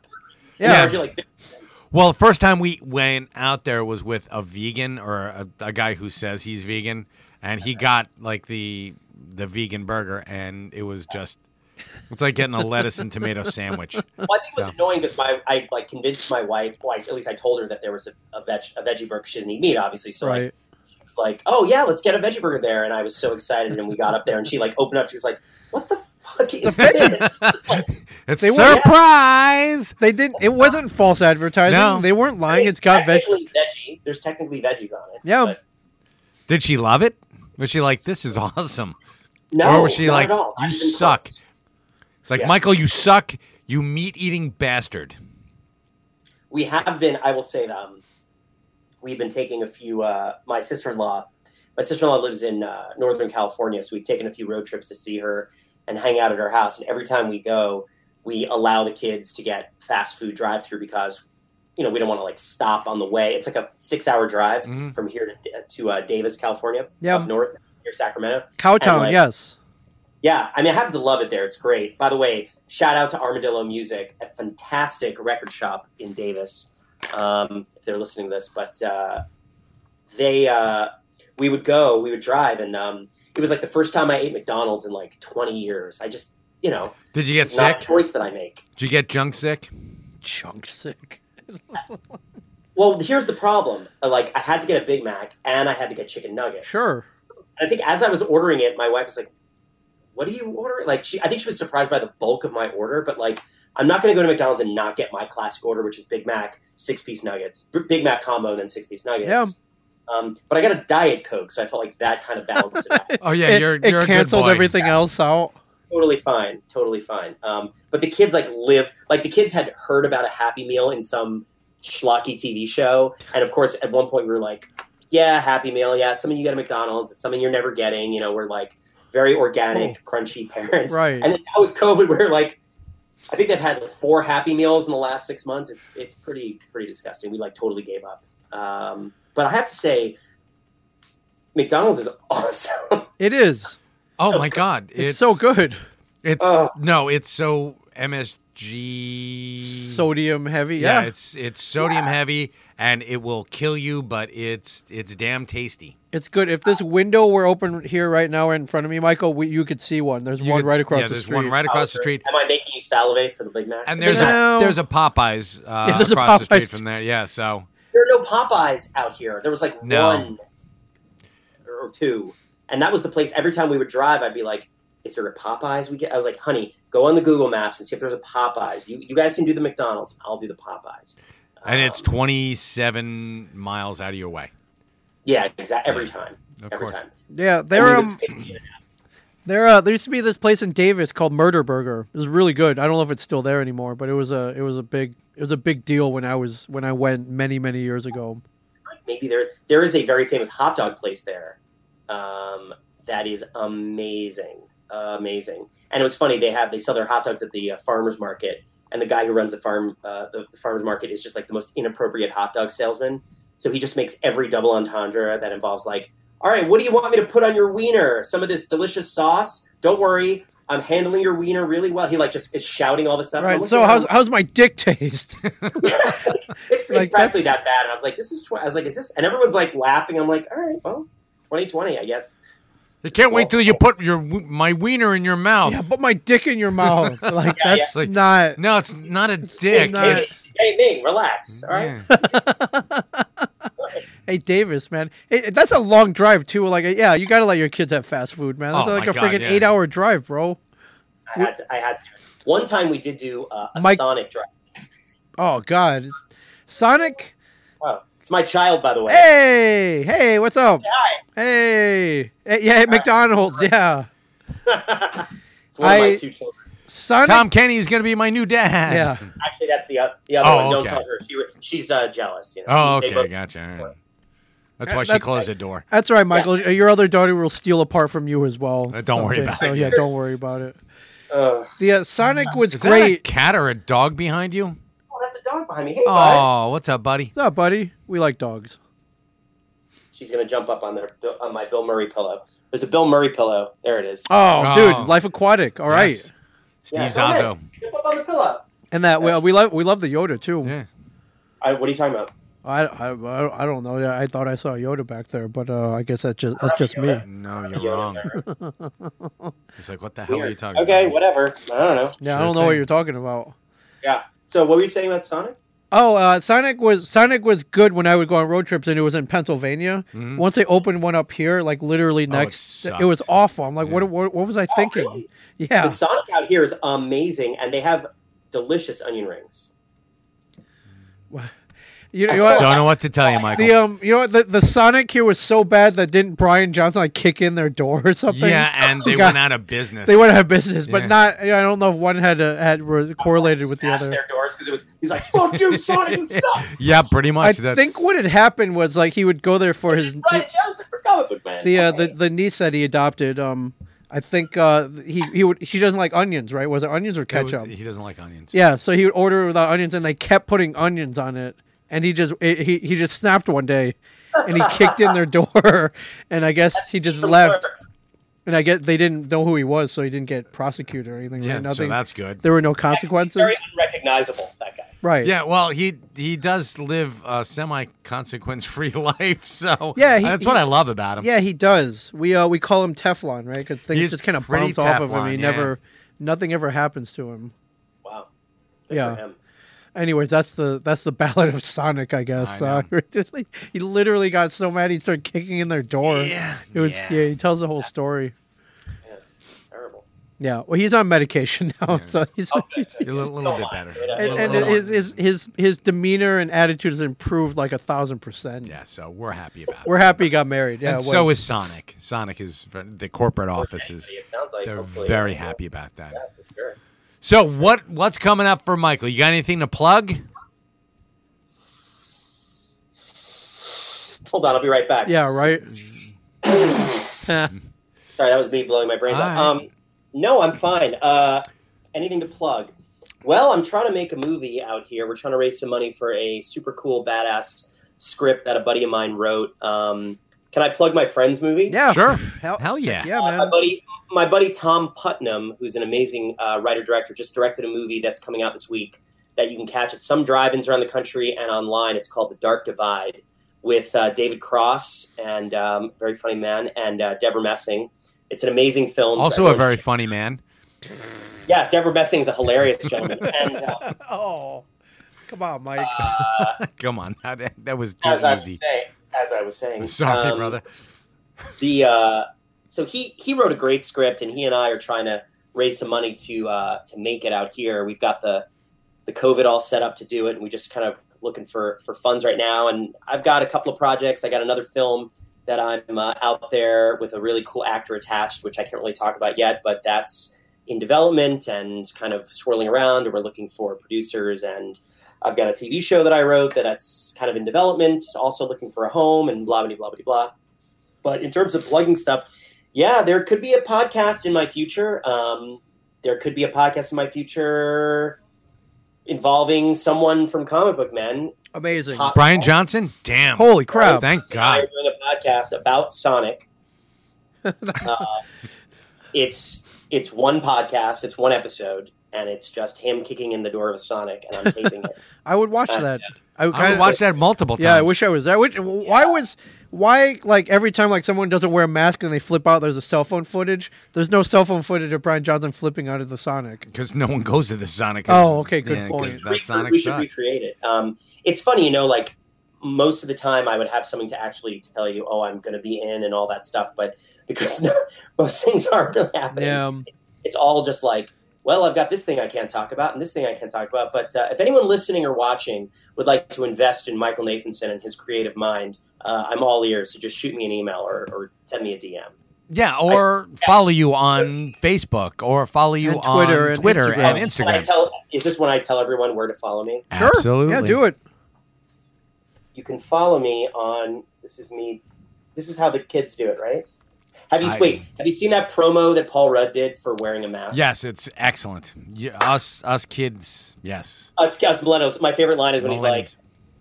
A: Yeah.
C: Charge you like fifty cents.
B: Well, the first time we went out there was with a vegan or a, a guy who says he's vegan, and he got like the the vegan burger, and it was just it's like getting a lettuce and tomato sandwich.
C: Well, I think it was
B: So.
C: annoying because my I like convinced my wife. Well, I, at least I told her that there was a, a veg a veggie burger. 'cause She doesn't eat meat, obviously. So like,
A: right.
C: was like, "Oh yeah, let's get a veggie burger there," and I was so excited. And we got up there, and she like opened up. She was like, "What the fuck is this?" It's like,
B: It's
A: They were-
B: surprise.
A: They didn't. It wasn't false advertising.
B: No.
A: They weren't
C: I
A: lying.
C: mean,
A: It's got veg.
C: technically veggie. There's technically veggies on it.
A: Yeah.
C: but
B: Did she love it? Was she like, "This is awesome"?
C: No,
B: Or was she
C: not
B: like,
C: at all.
B: "You
C: Not even
B: suck."
C: close.
B: It's like,
C: Yeah.
B: Michael, you suck, you meat eating bastard.
C: We have been. I will say that um, we've been taking a few. Uh, my sister-in-law, my sister-in-law lives in uh, Northern California, so we've taken a few road trips to see her and hang out at her house. And every time we go, we allow the kids to get fast food drive-through because. You know, we don't want to like stop on the way. It's like a six-hour drive
B: Mhm.
C: from here to to uh, Davis, California,
A: Yeah.
C: up north near Sacramento.
A: Cowtown.
C: like-
A: yes.
C: Yeah, I mean, I happen to love it there. It's great. By the way, shout out to Armadillo Music, a fantastic record shop in Davis. Um, if they're listening to this, but uh, they, uh, we would go, we would drive, and um, it was like the first time I ate McDonald's in like 20 years. I just, you know,
B: Did you get
C: it's not a
B: sick?
C: choice that I make.
B: Did you get junk sick?
A: Chunk sick.
C: Well, here's the problem. Like, I had to get a Big Mac and I had to get chicken nuggets.
A: Sure.
C: I think as I was ordering it, my wife was like, "What are you ordering?" Like she, I think she was surprised by the bulk of my order, but like I'm not going to go to McDonald's and not get my classic order, which is Big Mac, six piece nuggets, B- Big Mac combo, and then six piece nuggets.
A: Yeah.
C: Um, but I got a diet coke, so I felt like that kind of balanced it out.
B: Oh yeah,
A: it
B: you're
A: it
B: you're a good
A: canceled
B: boy.
A: everything else out.
C: Totally fine, totally fine. Um, but the kids like lived like the kids had heard about a Happy Meal in some schlocky TV show, and of course at one point we were like, "Yeah, Happy Meal, yeah, it's something you get at McDonald's, it's something you're never getting." You know, we're like very organic, crunchy parents,
A: Right.
C: And then now with COVID, we're like, I think they've had like, four Happy Meals in the last six months. It's it's pretty pretty disgusting. We like totally gave up. Um, but I have to say, McDonald's is awesome.
A: It is.
B: Oh my god,
A: It's, so good.
B: It's
C: Ugh.
B: no, it's so MSG
A: Sodium heavy.
B: Yeah,
A: Yeah. it's,
B: it's it's sodium heavy and it will kill you, but it's it's damn tasty.
A: good. If this window were open here right now in front of me, Michael, we, you could see one. There's
B: You
A: one
B: could-
A: right across
B: yeah,
A: the
B: there's
A: street.
B: one right across the street.
C: Am I making you salivate for the Big Mac?
B: And there's
A: No.
B: a there's a Popeyes uh,
A: Yeah, there's a
B: across the
A: Popeyes.
B: street from there. Yeah, so
C: there are no Popeyes out here. There was like
B: No.
C: one or two, and that was the place. Every time we would drive, I'd be like, "Is there a Popeyes?" We get. I was like, "Honey, go on the Google Maps and see if there's a Popeyes. You you guys can do the McDonald's. I'll do the Popeyes."
B: and it's
C: Um,
B: 27 miles out of your way.
C: yeah, exactly. Every time.
B: Of
C: every
B: course.
C: time.
A: Yeah,
C: And we
A: there
C: would
A: um,
C: skip the-
A: there uh, there used to be this place in Davis called Murder Burger. It was really good. I don't know if it's still there anymore, but it was a it was a big it was a big deal when I was when I went many many years ago.
C: maybe there's there is a very famous hot dog place there um, that is amazing amazing and it was funny they have they sell their hot dogs at the uh, farmers market and the guy who runs the farm uh, the, the farmers market is just like the most inappropriate hot dog salesman so he just makes every double entendre that involves like all right what do you want me to put on your wiener some of this delicious sauce don't worry i'm handling your wiener really well he like just is shouting all this stuff
A: Right.
C: I'm
A: So
C: looking
A: how's
C: around.
A: how's my dick taste?
C: it's, it's
A: Like,
C: practically
A: that's-
C: that bad. And I was like, this is, tw-. I was like, is this, and everyone's like laughing. I'm like, all right, well, 2020, I guess.
B: You can't wait
C: Well-
B: till you put your my wiener in your mouth.
A: yeah, but my dick in your mouth. Like
C: Yeah, yeah.
A: that's
B: Like-
A: not.
B: no, it's not a dick.
A: not-
B: It's
C: Hey, Ming, relax. All right.
B: yeah.
A: Hey Davis, man, Hey, that's a long drive too. Like, yeah, you gotta let your kids have fast food, man. That's
B: Oh,
A: like
B: my
A: a
B: God,
A: freaking
B: yeah.
A: eight-hour drive, bro.
C: I had to. I had to. One time we did do uh, a
A: Mike-
C: Sonic drive.
A: Oh God, It's- Sonic.
C: Oh, it's my child, by the way.
A: Hey, hey, what's up?
C: Hi.
A: Hey, Hey, yeah, at McDonald's, yeah.
C: it's one of
A: I-
C: my two children.
A: Sonic.
B: Tom Kenny is going to be my new dad.
A: yeah.
C: Actually, that's the oth- the other
B: Oh,
C: one. Don't
B: okay.
C: tell her. She, she's uh, jealous. You know?
B: Oh,
C: They
B: okay,
C: both-
B: gotcha. all right. That's
A: Yeah,
B: why she
A: that's-
B: closed the door.
A: That's all right, Michael. Your other daughter will steal apart from you as well.
B: Uh, don't worry
A: Okay,
B: about
A: so,
B: it.
A: Yeah, don't worry about it.
C: Ugh.
A: The uh, Sonic was
B: Is that a
A: great.
B: cat or a dog behind you?
C: oh, that's a dog behind me. Hey, bud.
B: Oh, what's up, buddy?
A: What's up, buddy? We like dogs.
C: She's gonna jump up on their on my Bill Murray pillow. There's a Bill Murray pillow. There it is.
A: Oh,
B: Oh.
A: dude, Life Aquatic. All right,
B: Yes. Steve
C: Yeah, go ahead.
B: Zazo.
C: Jump up on the pillow.
A: and that we, we love we love the Yoda too.
B: Yeah.
C: I, what are you talking about?
A: I, I, I- I don't know. Yeah, I thought I saw Yoda back there, but uh, I guess that's just that's just me.
C: Yoda.
B: No,
C: Yeah,
B: you're wrong.
C: whatever.
B: It's like, what the hell are you
C: Weird.
B: talking
C: okay,
B: about?
C: whatever. I don't know.
A: Yeah, I
B: Sure
A: don't know what
B: thing.
A: you're talking about.
C: Yeah. So what were you saying about Sonic?
A: Oh, uh, Sonic was Sonic was good when I would go on road trips, and it was in Pennsylvania.
B: Mhm.
A: Once they opened one up here, like literally next, it,
B: Oh, sucked.
A: was awful. I'm like,
B: Yeah.
A: what, what what was I thinking?
C: really?
A: Yeah,
C: The Sonic out here is amazing, and they have delicious onion rings.
A: you, you
C: That's
A: know what?
B: Don't know what to tell you, Michael.
A: The um, you know what? The, the Sonic here was so bad that didn't Brian Johnson like kick in their door or something?
B: yeah, and they
A: Oh, God.
B: went out of business.
A: they went out of business, but
B: Yeah.
A: not. Yeah, I don't know if one had uh, had was correlated with the
C: Smashed
A: other.
C: Their doors because it was. He's like, "Fuck you, Sonic, you suck."
B: yeah, pretty
A: I
B: much. that's-
A: think what had happened was like he would go there for his
C: Brian Johnson for comic book man.
A: the uh, the
C: Okay.
A: the niece that he adopted. Um, I think uh he he would she doesn't like onions, right? Was it onions or
B: it was-
A: ketchup?
B: He doesn't like onions.
A: Yeah, so he would order it without onions, and they kept putting onions on it. And he just it, he he just snapped one day, and he kicked in their door, and I guess he just left. And I get they didn't know who he was, so he didn't get prosecuted or anything.
B: Yeah,
A: right?
B: so
A: Nothing.
B: that's good.
A: there were no consequences.
C: Very unrecognizable. That guy.
A: right.
B: Yeah, well, he he does live a semi consequence free life, so
A: Yeah, he-
B: that's what
A: he-
B: I love about him.
A: Yeah, he does. We uh we call him Teflon, right? Because things
B: He's
A: just kind of
B: pretty
A: bounce off of him.
B: Teflon,
A: He
B: yeah.
A: never, nothing ever happens to him.
C: Wow. Good
A: Yeah.
C: For him.
A: Anyways, that's the that's the ballad of Sonic, I guess.
B: I
A: Uh, he literally got so mad he started kicking in their door.
B: Yeah,
A: It was
B: yeah.
A: yeah. he tells the whole story.
C: Terrible.
A: Yeah. Well, he's on medication now, so he's,
C: Oh,
A: he's-
B: a little, little bit better.
C: And-
A: and,
B: Little-
A: and
B: little-
A: his, his his his demeanor and attitude has improved like a thousand percent.
B: yeah, so we're happy about it.
A: We're happy he got married. Yeah.
B: and
A: it
B: so
A: was.
B: is Sonic. Sonic is the corporate offices.
C: It sounds like
B: They're
C: hopefully-
B: very happy about that.
C: Yeah, for sure.
B: So what what's coming up for Michael? You got anything to plug?
C: Hold on, I'll be right back.
A: Yeah. Right.
C: Sorry, that was me blowing my brains
B: All
C: out.
B: right.
C: Um, no, I'm fine. Uh, anything to plug? Well, I'm trying to make a movie out here. We're trying to raise some money for a super cool, badass script that a buddy of mine wrote. Um, can I plug my friend's movie?
A: yeah.
B: Sure.
A: Hell,
B: Hell yeah.
A: yeah,
C: Uh, my
A: man.
C: buddy, my buddy Tom Putnam, who's an amazing uh, writer director, just directed a movie that's coming out this week that you can catch at some drive-ins around the country and online. It's called The Dark Divide with uh, David Cross and um, very funny man and uh, Deborah Messing. It's an amazing film. so
B: Also a
C: everyone
B: very
C: should-
B: funny man.
C: yeah. Deborah Messing is a hilarious gentleman. and uh,
A: Oh, come on, Mike.
B: Come on. That, that was too
C: as I was
B: easy.
C: saying, as I was saying,
B: Sorry,
C: um,
B: brother.
C: the uh, so he he wrote a great script and he and I are trying to raise some money to uh, to make it out here. We've got the the COVID all set up to do it, and we just kind of looking for for funds right now. And I've got a couple of projects. I got another film that I'm uh, out there with a really cool actor attached, which I can't really talk about yet, but that's in development and kind of swirling around. And we're looking for producers and. I've got a TV show that I wrote that's kind of in development, also looking for a home and blah, blah, blah, blah, blah. But in terms of plugging stuff, yeah, there could be a podcast in my future. Um, there could be a podcast in my future involving someone from Comic Book Men.
A: Amazing.
C: Top-
B: Brian Johnson? Damn.
A: Holy crap.
B: Thank
C: And I are
B: God.
C: doing a podcast about Sonic. Uh, it's it's one podcast, it's one episode, and it's just him kicking in the door of a Sonic, and I'm taping it.
A: I would watch
C: Uh,
A: that. I would
B: I
A: kinda-
B: would watch that multiple times.
A: Yeah, I wish I was there. Which, Why was why like every time like someone doesn't wear a mask and they flip out, there's a cell phone footage. There's no cell phone footage of Brian Johnson flipping out of the Sonic.
B: because no one goes to the Sonic.
A: Oh, okay, good point.
B: That
C: recre-
B: Sonic
C: we should
B: sucked.
C: recreate it. Um, it's funny, you know, like most of the time I would have something to actually to tell you, oh, I'm going to be in and all that stuff. But because most things aren't really happening,
A: Yeah. um,
C: it's all just like, well, I've got this thing I can't talk about and this thing I can't talk about. But uh, if anyone listening or watching would like to invest in Michael Nathanson and his creative mind, uh, I'm all ears. So just shoot me an email or, or send me a DM.
B: Yeah, or follow you on Facebook or follow you
A: And Twitter
B: on
A: and
B: Twitter
A: Instagram.
B: and
C: When Um, I
B: Instagram.
C: tell, is this when I tell everyone where to follow me?
A: Sure.
B: Absolutely.
A: Yeah, do it.
C: You can follow me on. This is me. This is how the kids do it, right? Have you
B: I-
C: wait? Have you seen that promo that Paul Rudd did for wearing a mask?
B: Yes, it's excellent. Yeah, us us kids, yes.
C: Us, us millennials. uh, My favorite line is when he's like,
B: Millennials.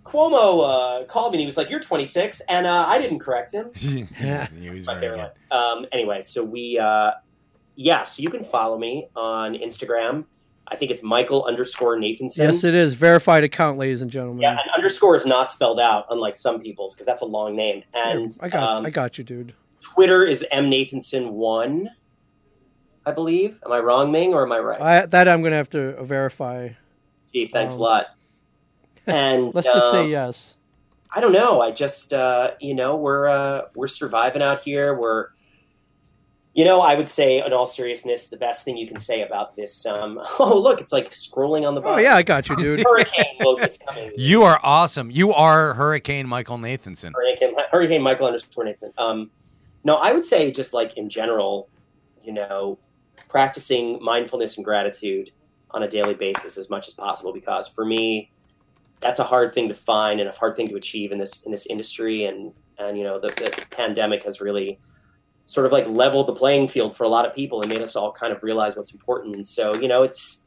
C: Cuomo uh, called me and he was like, "You're 26," and uh, I didn't correct him.
B: He's- he was
C: my
B: very
C: favorite
B: good.
C: line. Um, anyway, so we, uh, yeah, so you can follow me on Instagram. I think it's Michael underscore Nathanson.
A: Yes, it is verified account, ladies and gentlemen.
C: yeah, and underscore is not spelled out, unlike some people's, because that's a long name.
A: Yeah,
C: And
A: I got,
C: um,
A: I got you, dude.
C: Twitter is M Nathanson one, I believe. Am I wrong, Ming, or am I right?
A: I, that I'm gonna have to uh, verify.
C: Gee, thanks
A: um,
C: a lot. And
A: Let's just
C: um,
A: say yes.
C: I don't know. I just uh, you know we're uh, we're surviving out here. We're you know I would say in all seriousness the best thing you can say about this. Um, oh look, it's like scrolling on the
A: Oh
C: bottom.
A: yeah, I got you, dude.
C: Hurricane Logan's coming.
B: You are awesome. You are Hurricane Michael Nathanson.
C: Hurricane, Hurricane Michael underscore Nathan. Um, no, I would say just like in general, you know, practicing mindfulness and gratitude on a daily basis as much as possible because for me, that's a hard thing to find and a hard thing to achieve in this in this industry and and you know the, the pandemic has really sort of like leveled the playing field for a lot of people and made us all kind of realize what's important and so you know it's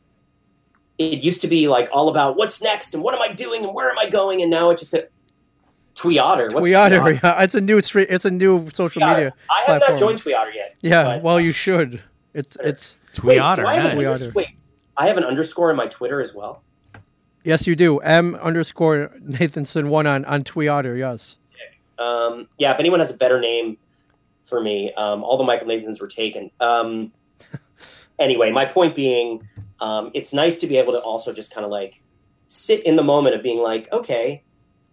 C: it used to be like all about what's next and what am I doing and where am I going and now it's just a Twitter. What's
A: Twitter. Yeah, it's a new street. It's a new social
C: Twitter?
A: media.
C: I have
A: platform.
C: not joined Twitter yet.
A: Yeah.
C: But-
B: uh,
A: well, you should. It's it's.
C: Wait,
B: Twitter.
C: do I have
B: nice.
C: an
A: Twitter.
C: unders- wait, I have an underscore in my Twitter as well.
A: Yes, you do. M underscore Nathanson one on on Twitter. Yes.
C: Um, yeah, if anyone has a better name for me, um, all the Michael Nathan's were taken. Um, anyway, my point being, um, it's nice to be able to also just kind of like sit in the moment of being like, okay,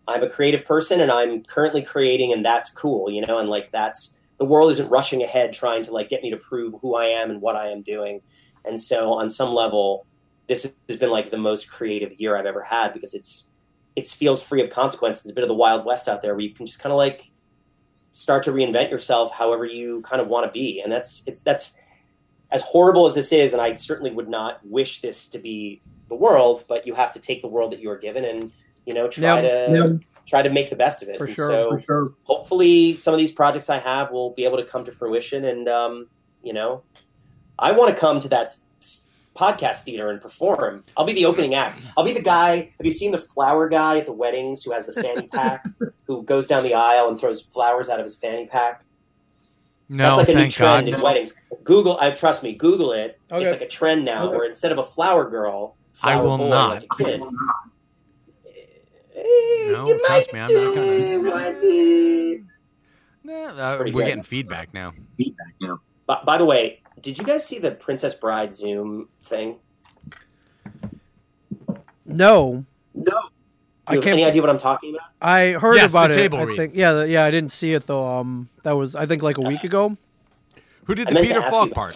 C: I'm a creative person and I'm currently creating, and that's cool, you know, and like that's the world isn't rushing ahead trying to like get me to prove who I am and what I am doing. And so, on some level, this has been like the most creative year I've ever had because it's it feels free of consequence. It's a bit of the wild west out there where you can just kind of like start to reinvent yourself however you kind of want to be. And that's it's that's as horrible as this is, and I certainly would not wish this to be the world, but you have to take the world that you are given and you know try
A: Yeah.
C: to try to make the best of it.
A: For
C: And
A: sure,
C: so
A: for
D: sure.
C: hopefully some of these projects I have will be able to come to fruition and um, you know, I want to come to that podcast theater and perform. I'll be the opening act. I'll be the guy. Have you seen the flower guy at the weddings who has the fanny pack, who goes down the aisle and throws flowers out of his fanny pack?
B: No,
C: That's like a
B: thank
C: new trend
B: God.
C: in weddings. Google, I trust me. Google it.
A: Okay.
C: It's like a trend now
D: Okay.
C: where instead of a flower girl,
B: I
C: flower
B: will
C: boy,
B: not.
C: Like a kid. Eh,
B: No, trust me, I'm not gonna.
C: What the-
B: Nah, uh,
C: Pretty
B: we're
C: good.
B: getting feedback now.
C: By, by the way, did you guys see the Princess Bride Zoom thing?
A: No.
D: No.
A: I
C: Do you have any
A: can't.
C: idea what I'm talking about?
A: I heard
B: Yes, the
A: about it.
B: table
A: I
B: read.
A: think. Yeah. Yeah. I didn't see it though. Um. That was I think like a week ago.
B: Who did
C: I
B: the
C: meant to
B: Peter
C: ask
B: Falk
C: you.
B: part?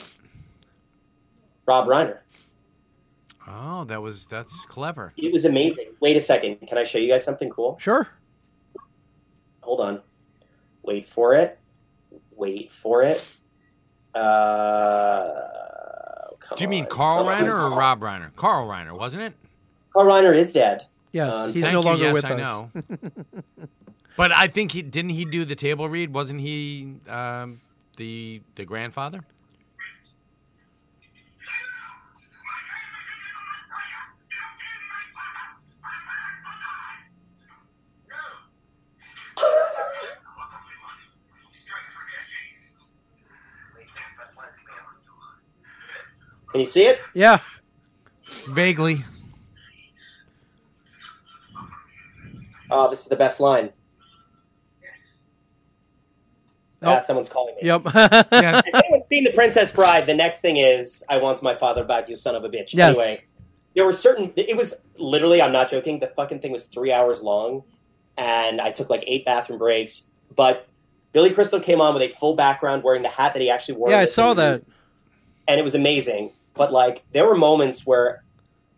C: Rob Reiner.
B: Oh, that was that's clever.
C: It was amazing. Wait a second. Can I show you guys something cool?
A: Sure.
C: Hold on. Wait for it. Wait for it. Uh, come
B: Do you mean
C: on.
B: Carl
C: Come on.
B: Reiner or Rob Reiner? Carl Reiner, wasn't it?
C: Carl Reiner is dead.
A: Yes.
C: Um,
A: he's
B: Thank
A: no
B: you,
A: longer
B: yes,
A: with
B: I
A: us.
B: know. but I think he didn't he do the table read? Wasn't he um, the the grandfather?
C: Can you see it?
A: Yeah.
B: Vaguely.
C: Oh, this is the best line. Ah,
A: Nope.
C: someone's calling me.
A: Yep.
B: Yeah.
C: If anyone's seen The Princess Bride, the next thing is I want my father back, you son of a bitch.
A: Yes.
C: Anyway, there were certain. It was literally, I'm not joking. The fucking thing was three hours long, and I took like eight bathroom breaks. But Billy Crystal came on with a full background wearing the hat that he actually wore.
A: yeah,
C: in
A: I
C: the
A: saw
C: movie,
A: that.
C: And it was amazing. But like there were moments where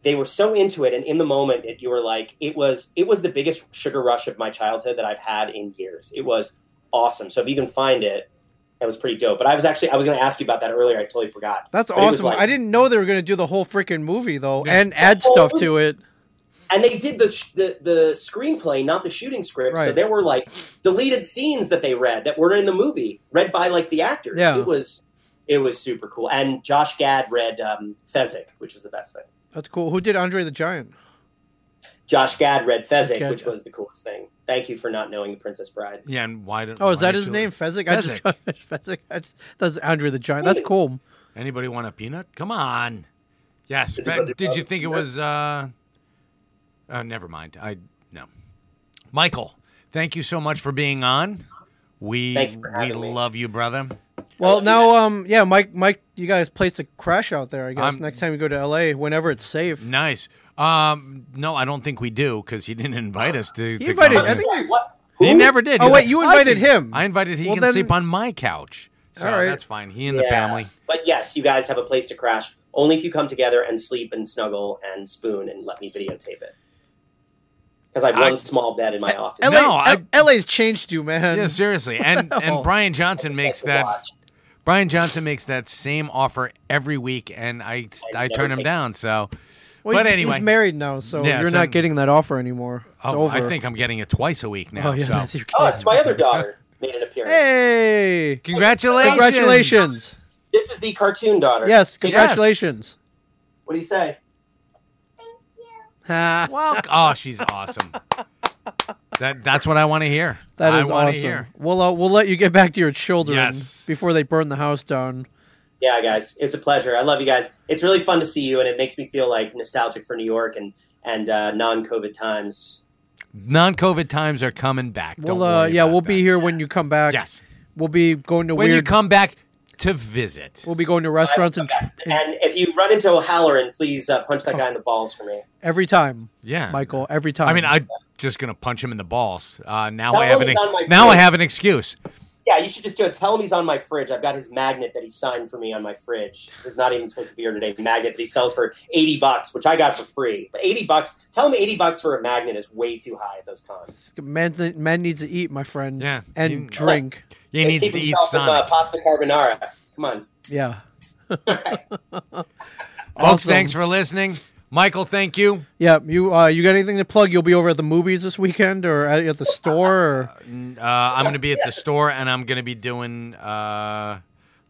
C: they were so into it and in the moment that you were like it was it was the biggest sugar rush of my childhood that I've had in years. It was awesome. So if you can find it, that was pretty dope. But I was actually I was going to ask you about that earlier. I totally forgot.
A: That's
C: But it was
A: awesome.
C: like- Oh,
A: I didn't know they were going to do the whole freaking movie though,
B: Yeah.
A: and add stuff to it.
C: and they did the sh- the, the screenplay, not the shooting script. So
A: Right.
C: there were like deleted scenes that they read that were in the movie, read by like the actors.
A: Yeah.
C: it was it was super cool. And Josh Gad read um, Fezzik, which was the best thing.
A: That's cool. Who did Andre the Giant?
C: Josh Gad read Fezzik,
A: Gad,
C: which
A: yeah.
C: was the coolest thing. Thank you for not knowing the Princess Bride.
B: Yeah, and why did?
A: Oh, is
B: why
A: that
B: did
A: his
B: you-
A: name? Fezzik. I just
B: Fezzik.
A: Fezzik. I just- That's Andre the Giant. That's cool.
B: Anybody want a peanut? Come on. Yes.
C: Did
B: Fe-
C: anybody
B: did
C: want
B: you
C: a
B: think it
C: peanut?
B: was? uh uh, Never mind. I no. Michael, thank you so much for being on. We
C: Thank you for
B: we
C: having me.
B: love you, brother.
A: Well,
C: love you
A: now, um, yeah, Mike, Mike, you guys placed a crash out there. I guess
B: I'm-
A: next time you go to LA, whenever it's safe.
B: Nice. Um, no, I don't think we do because he didn't invite us to.
A: He
B: to
A: invited-
B: come.
A: I think-
C: What?
B: he
C: Who?
B: never did.
A: Oh,
B: He's
A: wait, you
B: "I
A: invited
B: can-
A: him."
B: I invited. He
A: Well,
B: can
A: then-
B: sleep on my couch. So
A: All right.
B: that's fine. He and the
C: Yeah.
B: family.
C: But yes, you guys have a place to crash. Only if you come together and sleep and snuggle and spoon and let me videotape it. Because I've one
B: I-
C: small bed in my office.
A: LA,
B: No, I-
A: L- LA's changed you, man.
B: Yeah, seriously. And
A: Oh.
B: and Brian Johnson makes
C: To
B: that.
C: watch.
B: Brian Johnson makes that same offer every week, and I I,
C: I never
B: turn him
C: take-
B: down. So,
A: Well,
B: but
A: he-
B: anyway,
A: he's married now, so
B: Yeah,
A: you're
B: so-
A: not getting that offer anymore. It's
B: oh,
A: over.
B: I think I'm getting it twice a week now.
A: Oh yeah,
B: so.
A: that's your
C: Oh,
A: kid.
C: it's my other daughter made an appearance.
A: Hey,
B: congratulations!
A: congratulations!
C: This is the cartoon daughter.
A: Yes,
C: See,
A: congratulations.
C: What do you say?
A: Ha.
B: Well, oh, she's awesome. That that's what I want to hear.
A: That
B: I
A: is
B: wanna
A: awesome.
B: Hear.
A: We'll uh, we'll let you get back to your children
B: Yes.
A: before they burn the house down.
C: Yeah, guys, it's a pleasure. I love you guys. It's really fun to see you, and it makes me feel like nostalgic for New York and and uh, non-COVID times.
B: Non-COVID times are coming back. Don't
A: We'll uh,
B: worry
A: yeah,
B: about
A: we'll be
B: that.
A: here when you come back.
B: Yes,
A: we'll be going to
B: when you
A: weird.
B: come back to visit.
A: we'll be going to restaurants and, Oh. and
C: And if you run into O'Halloran, please uh, punch that guy in the balls for me.
A: every time,
B: Yeah,
A: Michael. Every time.
B: I mean, I'm just gonna punch him in the balls. Uh, now
C: That
B: I have
C: one
B: an
C: is on my
B: now I
C: fridge.
B: have an excuse.
C: Yeah, you should just do it. Tell him he's on my fridge. I've got his magnet that he signed for me on my fridge. It's not even supposed to be here today. The magnet that he sells for eighty bucks, which I got for free. But eighty bucks. Tell him eighty bucks for a magnet is way too high at those cons.
A: man, man needs to eat, my friend.
B: Yeah,
A: and
B: you-
A: drink.
B: He needs
C: Keep
B: to eat
C: himself some,
B: Sonic.
C: uh, pasta carbonara. Come on.
A: Yeah.
B: Folks,
A: Awesome.
B: thanks for listening. Michael, thank you.
A: Yeah, you uh, you got anything to plug? You'll be over at the movies this weekend, or at, at the store, or
B: Uh, I'm going to be at the store and I'm going to be doing. Uh,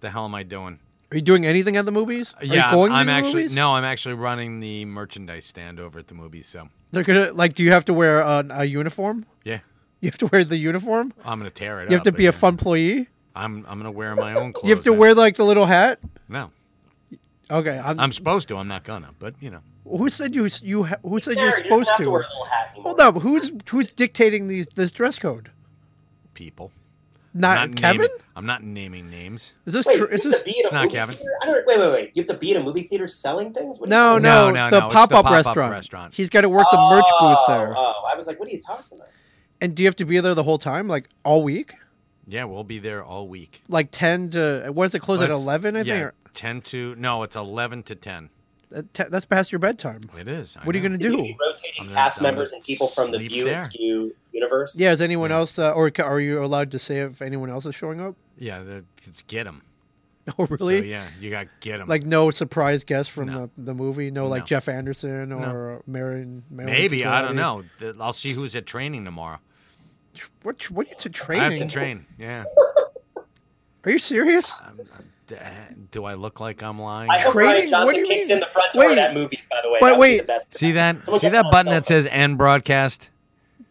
B: the hell am I doing?
A: are you doing anything at the movies? Are
B: yeah,
A: you going to
B: I'm
A: the
B: actually
A: movies?
B: no, I'm actually running the merchandise stand over at the movies. So
A: They're gonna like. Do you have to wear a, a uniform?
B: yeah,
A: You have to wear the uniform.
B: I'm going to tear it.
A: You have
B: up
A: to be a
B: again.
A: fun employee.
B: I'm I'm going to wear my own clothes.
A: You have to
B: now.
A: wear like the little hat.
B: No,
A: Okay, I'm,
B: I'm supposed to. I'm not gonna. But you know,
A: who said you you ha- who said
C: Jared,
A: you're
C: you don't
A: supposed
C: have
A: to?
C: wear a little hat anymore.
A: Hold up, who's who's dictating these this dress code?
B: people. I'm
A: Not, Kevin?
B: naming- I'm not naming names.
A: Is this
C: Wait,
A: true? Is
C: you have
A: this
C: to be in a
B: It's not
C: movie
B: Gavin.
C: theater? I don't, wait, wait, wait. You have to be in a movie theater selling things? What are
A: no,
C: you-
A: no,
B: No, no,
A: the
B: no, it's the
A: pop-up
B: pop-up
A: restaurant.
B: restaurant.
A: He's got to work the merch booth there.
C: Oh, I was like, what are you talking about?
A: and do you have to be there the whole time, like all week,
B: Yeah, we'll be there all week.
A: like ten to what does it close at
B: Let's-
A: eleven? I think
B: yeah,
A: or,
B: ten to no, it's eleven to ten.
A: uh, te- that's past your bedtime.
B: It is. I
A: What are you
B: know.
A: gonna
C: Is it
A: do?
C: you rotating
B: I'm gonna-
C: cast
B: I'm gonna
C: members and people from the
B: sleep
C: View
B: there.
C: and Skew universe?
A: Yeah, is anyone else, uh, or ca- are you allowed to say if anyone else is showing up?
B: Yeah, the, it's get them.
A: Oh, really?
B: So, yeah, you got get them.
A: Like no surprise guest from
B: No.
A: the, the movie, no, like
B: No.
A: Jeff Anderson or Marion. Marilyn
B: Maybe I don't
A: Cotillard?
B: know. Th- I'll see who's at training tomorrow.
A: What tr- what are you to
B: I
A: training?
B: have to train. Yeah.
A: Are you serious?
B: D- Do I look like I'm lying?
C: I hope
A: Training?
C: Ryan
A: What do you
C: Johnson kicks
A: mean?
C: in the front door
A: Wait.
C: of that movies, by the way.
A: But
C: That would be
A: wait.
C: the best.
B: See that?
C: Someone
B: See
C: get
B: that
C: on
B: button
C: cell
B: that says "end broadcast"?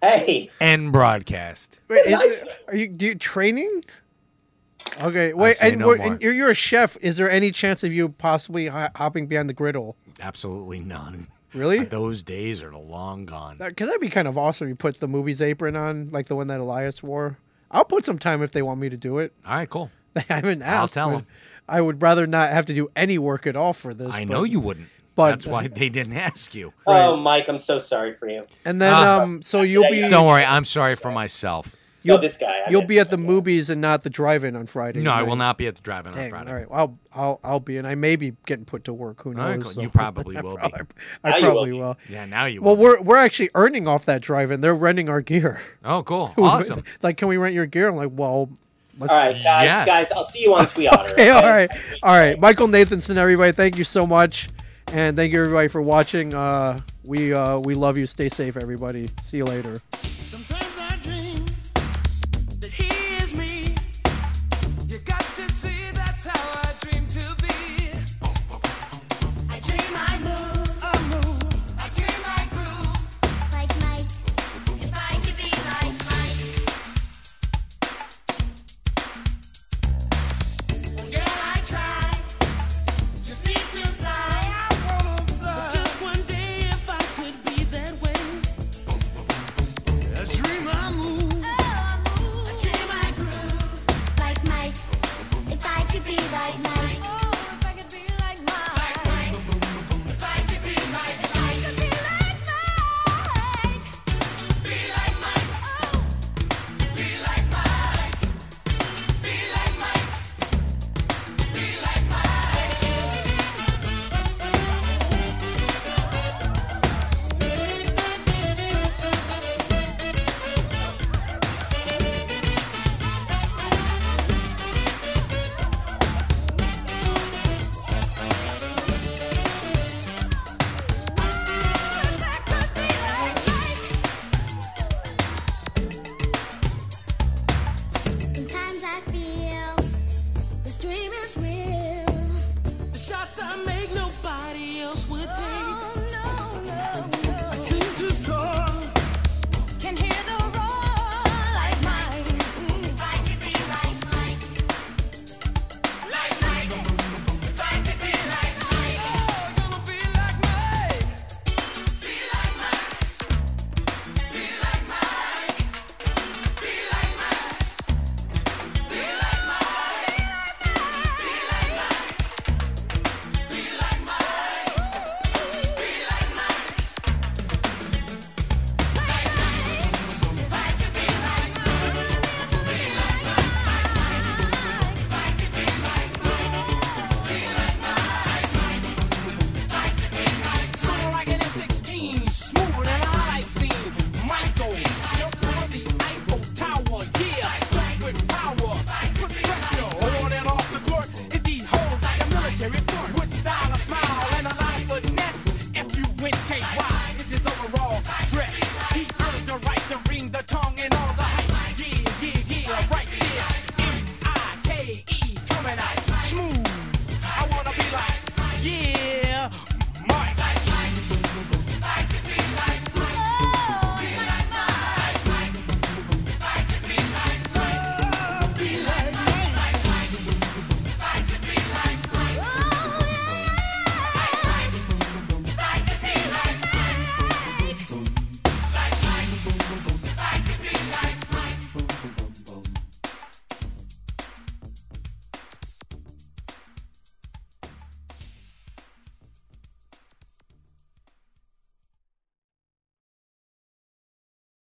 C: Hey,
B: End broadcast.
A: Wait, is
C: Nice.
A: it- are you do you, training? Okay, wait,
B: say
A: and,
B: no
A: what-
B: more.
A: and you're, you're a chef. Is there any chance of you possibly ho- hopping behind the griddle?
B: Absolutely none.
A: Really?
B: Those days are long gone.
A: Because that'd be kind of awesome. You put the movie's apron on, like the one that Elias wore. I'll put some time if they want me to do it.
B: All right, cool.
A: I haven't asked.
B: tell
A: but
B: 'em.
A: I would rather not have to do any work at all for this.
B: I
A: but-
B: know you wouldn't.
A: But
B: That's why they didn't ask you.
C: Oh, Mike, I'm so sorry for you.
A: And then
B: Ah.
A: um, so you'll be
B: Don't worry, I'm sorry for myself.
C: Yo,
A: You'll-
C: this guy. I
A: you'll
C: mean,
A: be at the movies and not the drive-in on Friday.
B: No, I
A: night.
B: will not be at the drive-in on
A: Dang,
B: Friday.
A: all right. I'll, I'll I'll be and I may be getting put to work. Who
B: All right,
A: knows?
B: cool. You probably will be.
A: I, I
C: Now you will
A: probably
C: be.
A: will.
B: Yeah, now you.
A: Well,
B: will.
A: we're we're actually earning off that drive-in. They're renting our gear.
B: oh, cool, awesome.
A: like, can we rent your gear? I'm like, well, let's.
C: All right, guys,
B: Yes.
C: guys, I'll see you on Tweet Otter.
A: Okay, all right, all right. Michael Nathanson, everybody, thank you so much, and thank you everybody for watching. Uh, we uh, we love you. Stay safe, everybody. See you later.
D: Sometimes I dream that he is me. You got to see that's how I dream to be.
E: I dream I move,
D: I move
E: I dream I groove like Mike. If I could be like Mike, yeah I try. Just need to
D: I
E: fly.
D: wanna fly. Just one day if I could be that way. I dream I move.
E: Oh, I move, I dream I groove like Mike. If I could be like Mike, oh, if I could be like Mike, if I could be like Mike, if I could be like Mike, be like Mike, oh, be like Mike, be like Mike, be like Mike, if I could be like Mike. Sometimes I feel this dream is real.
D: E,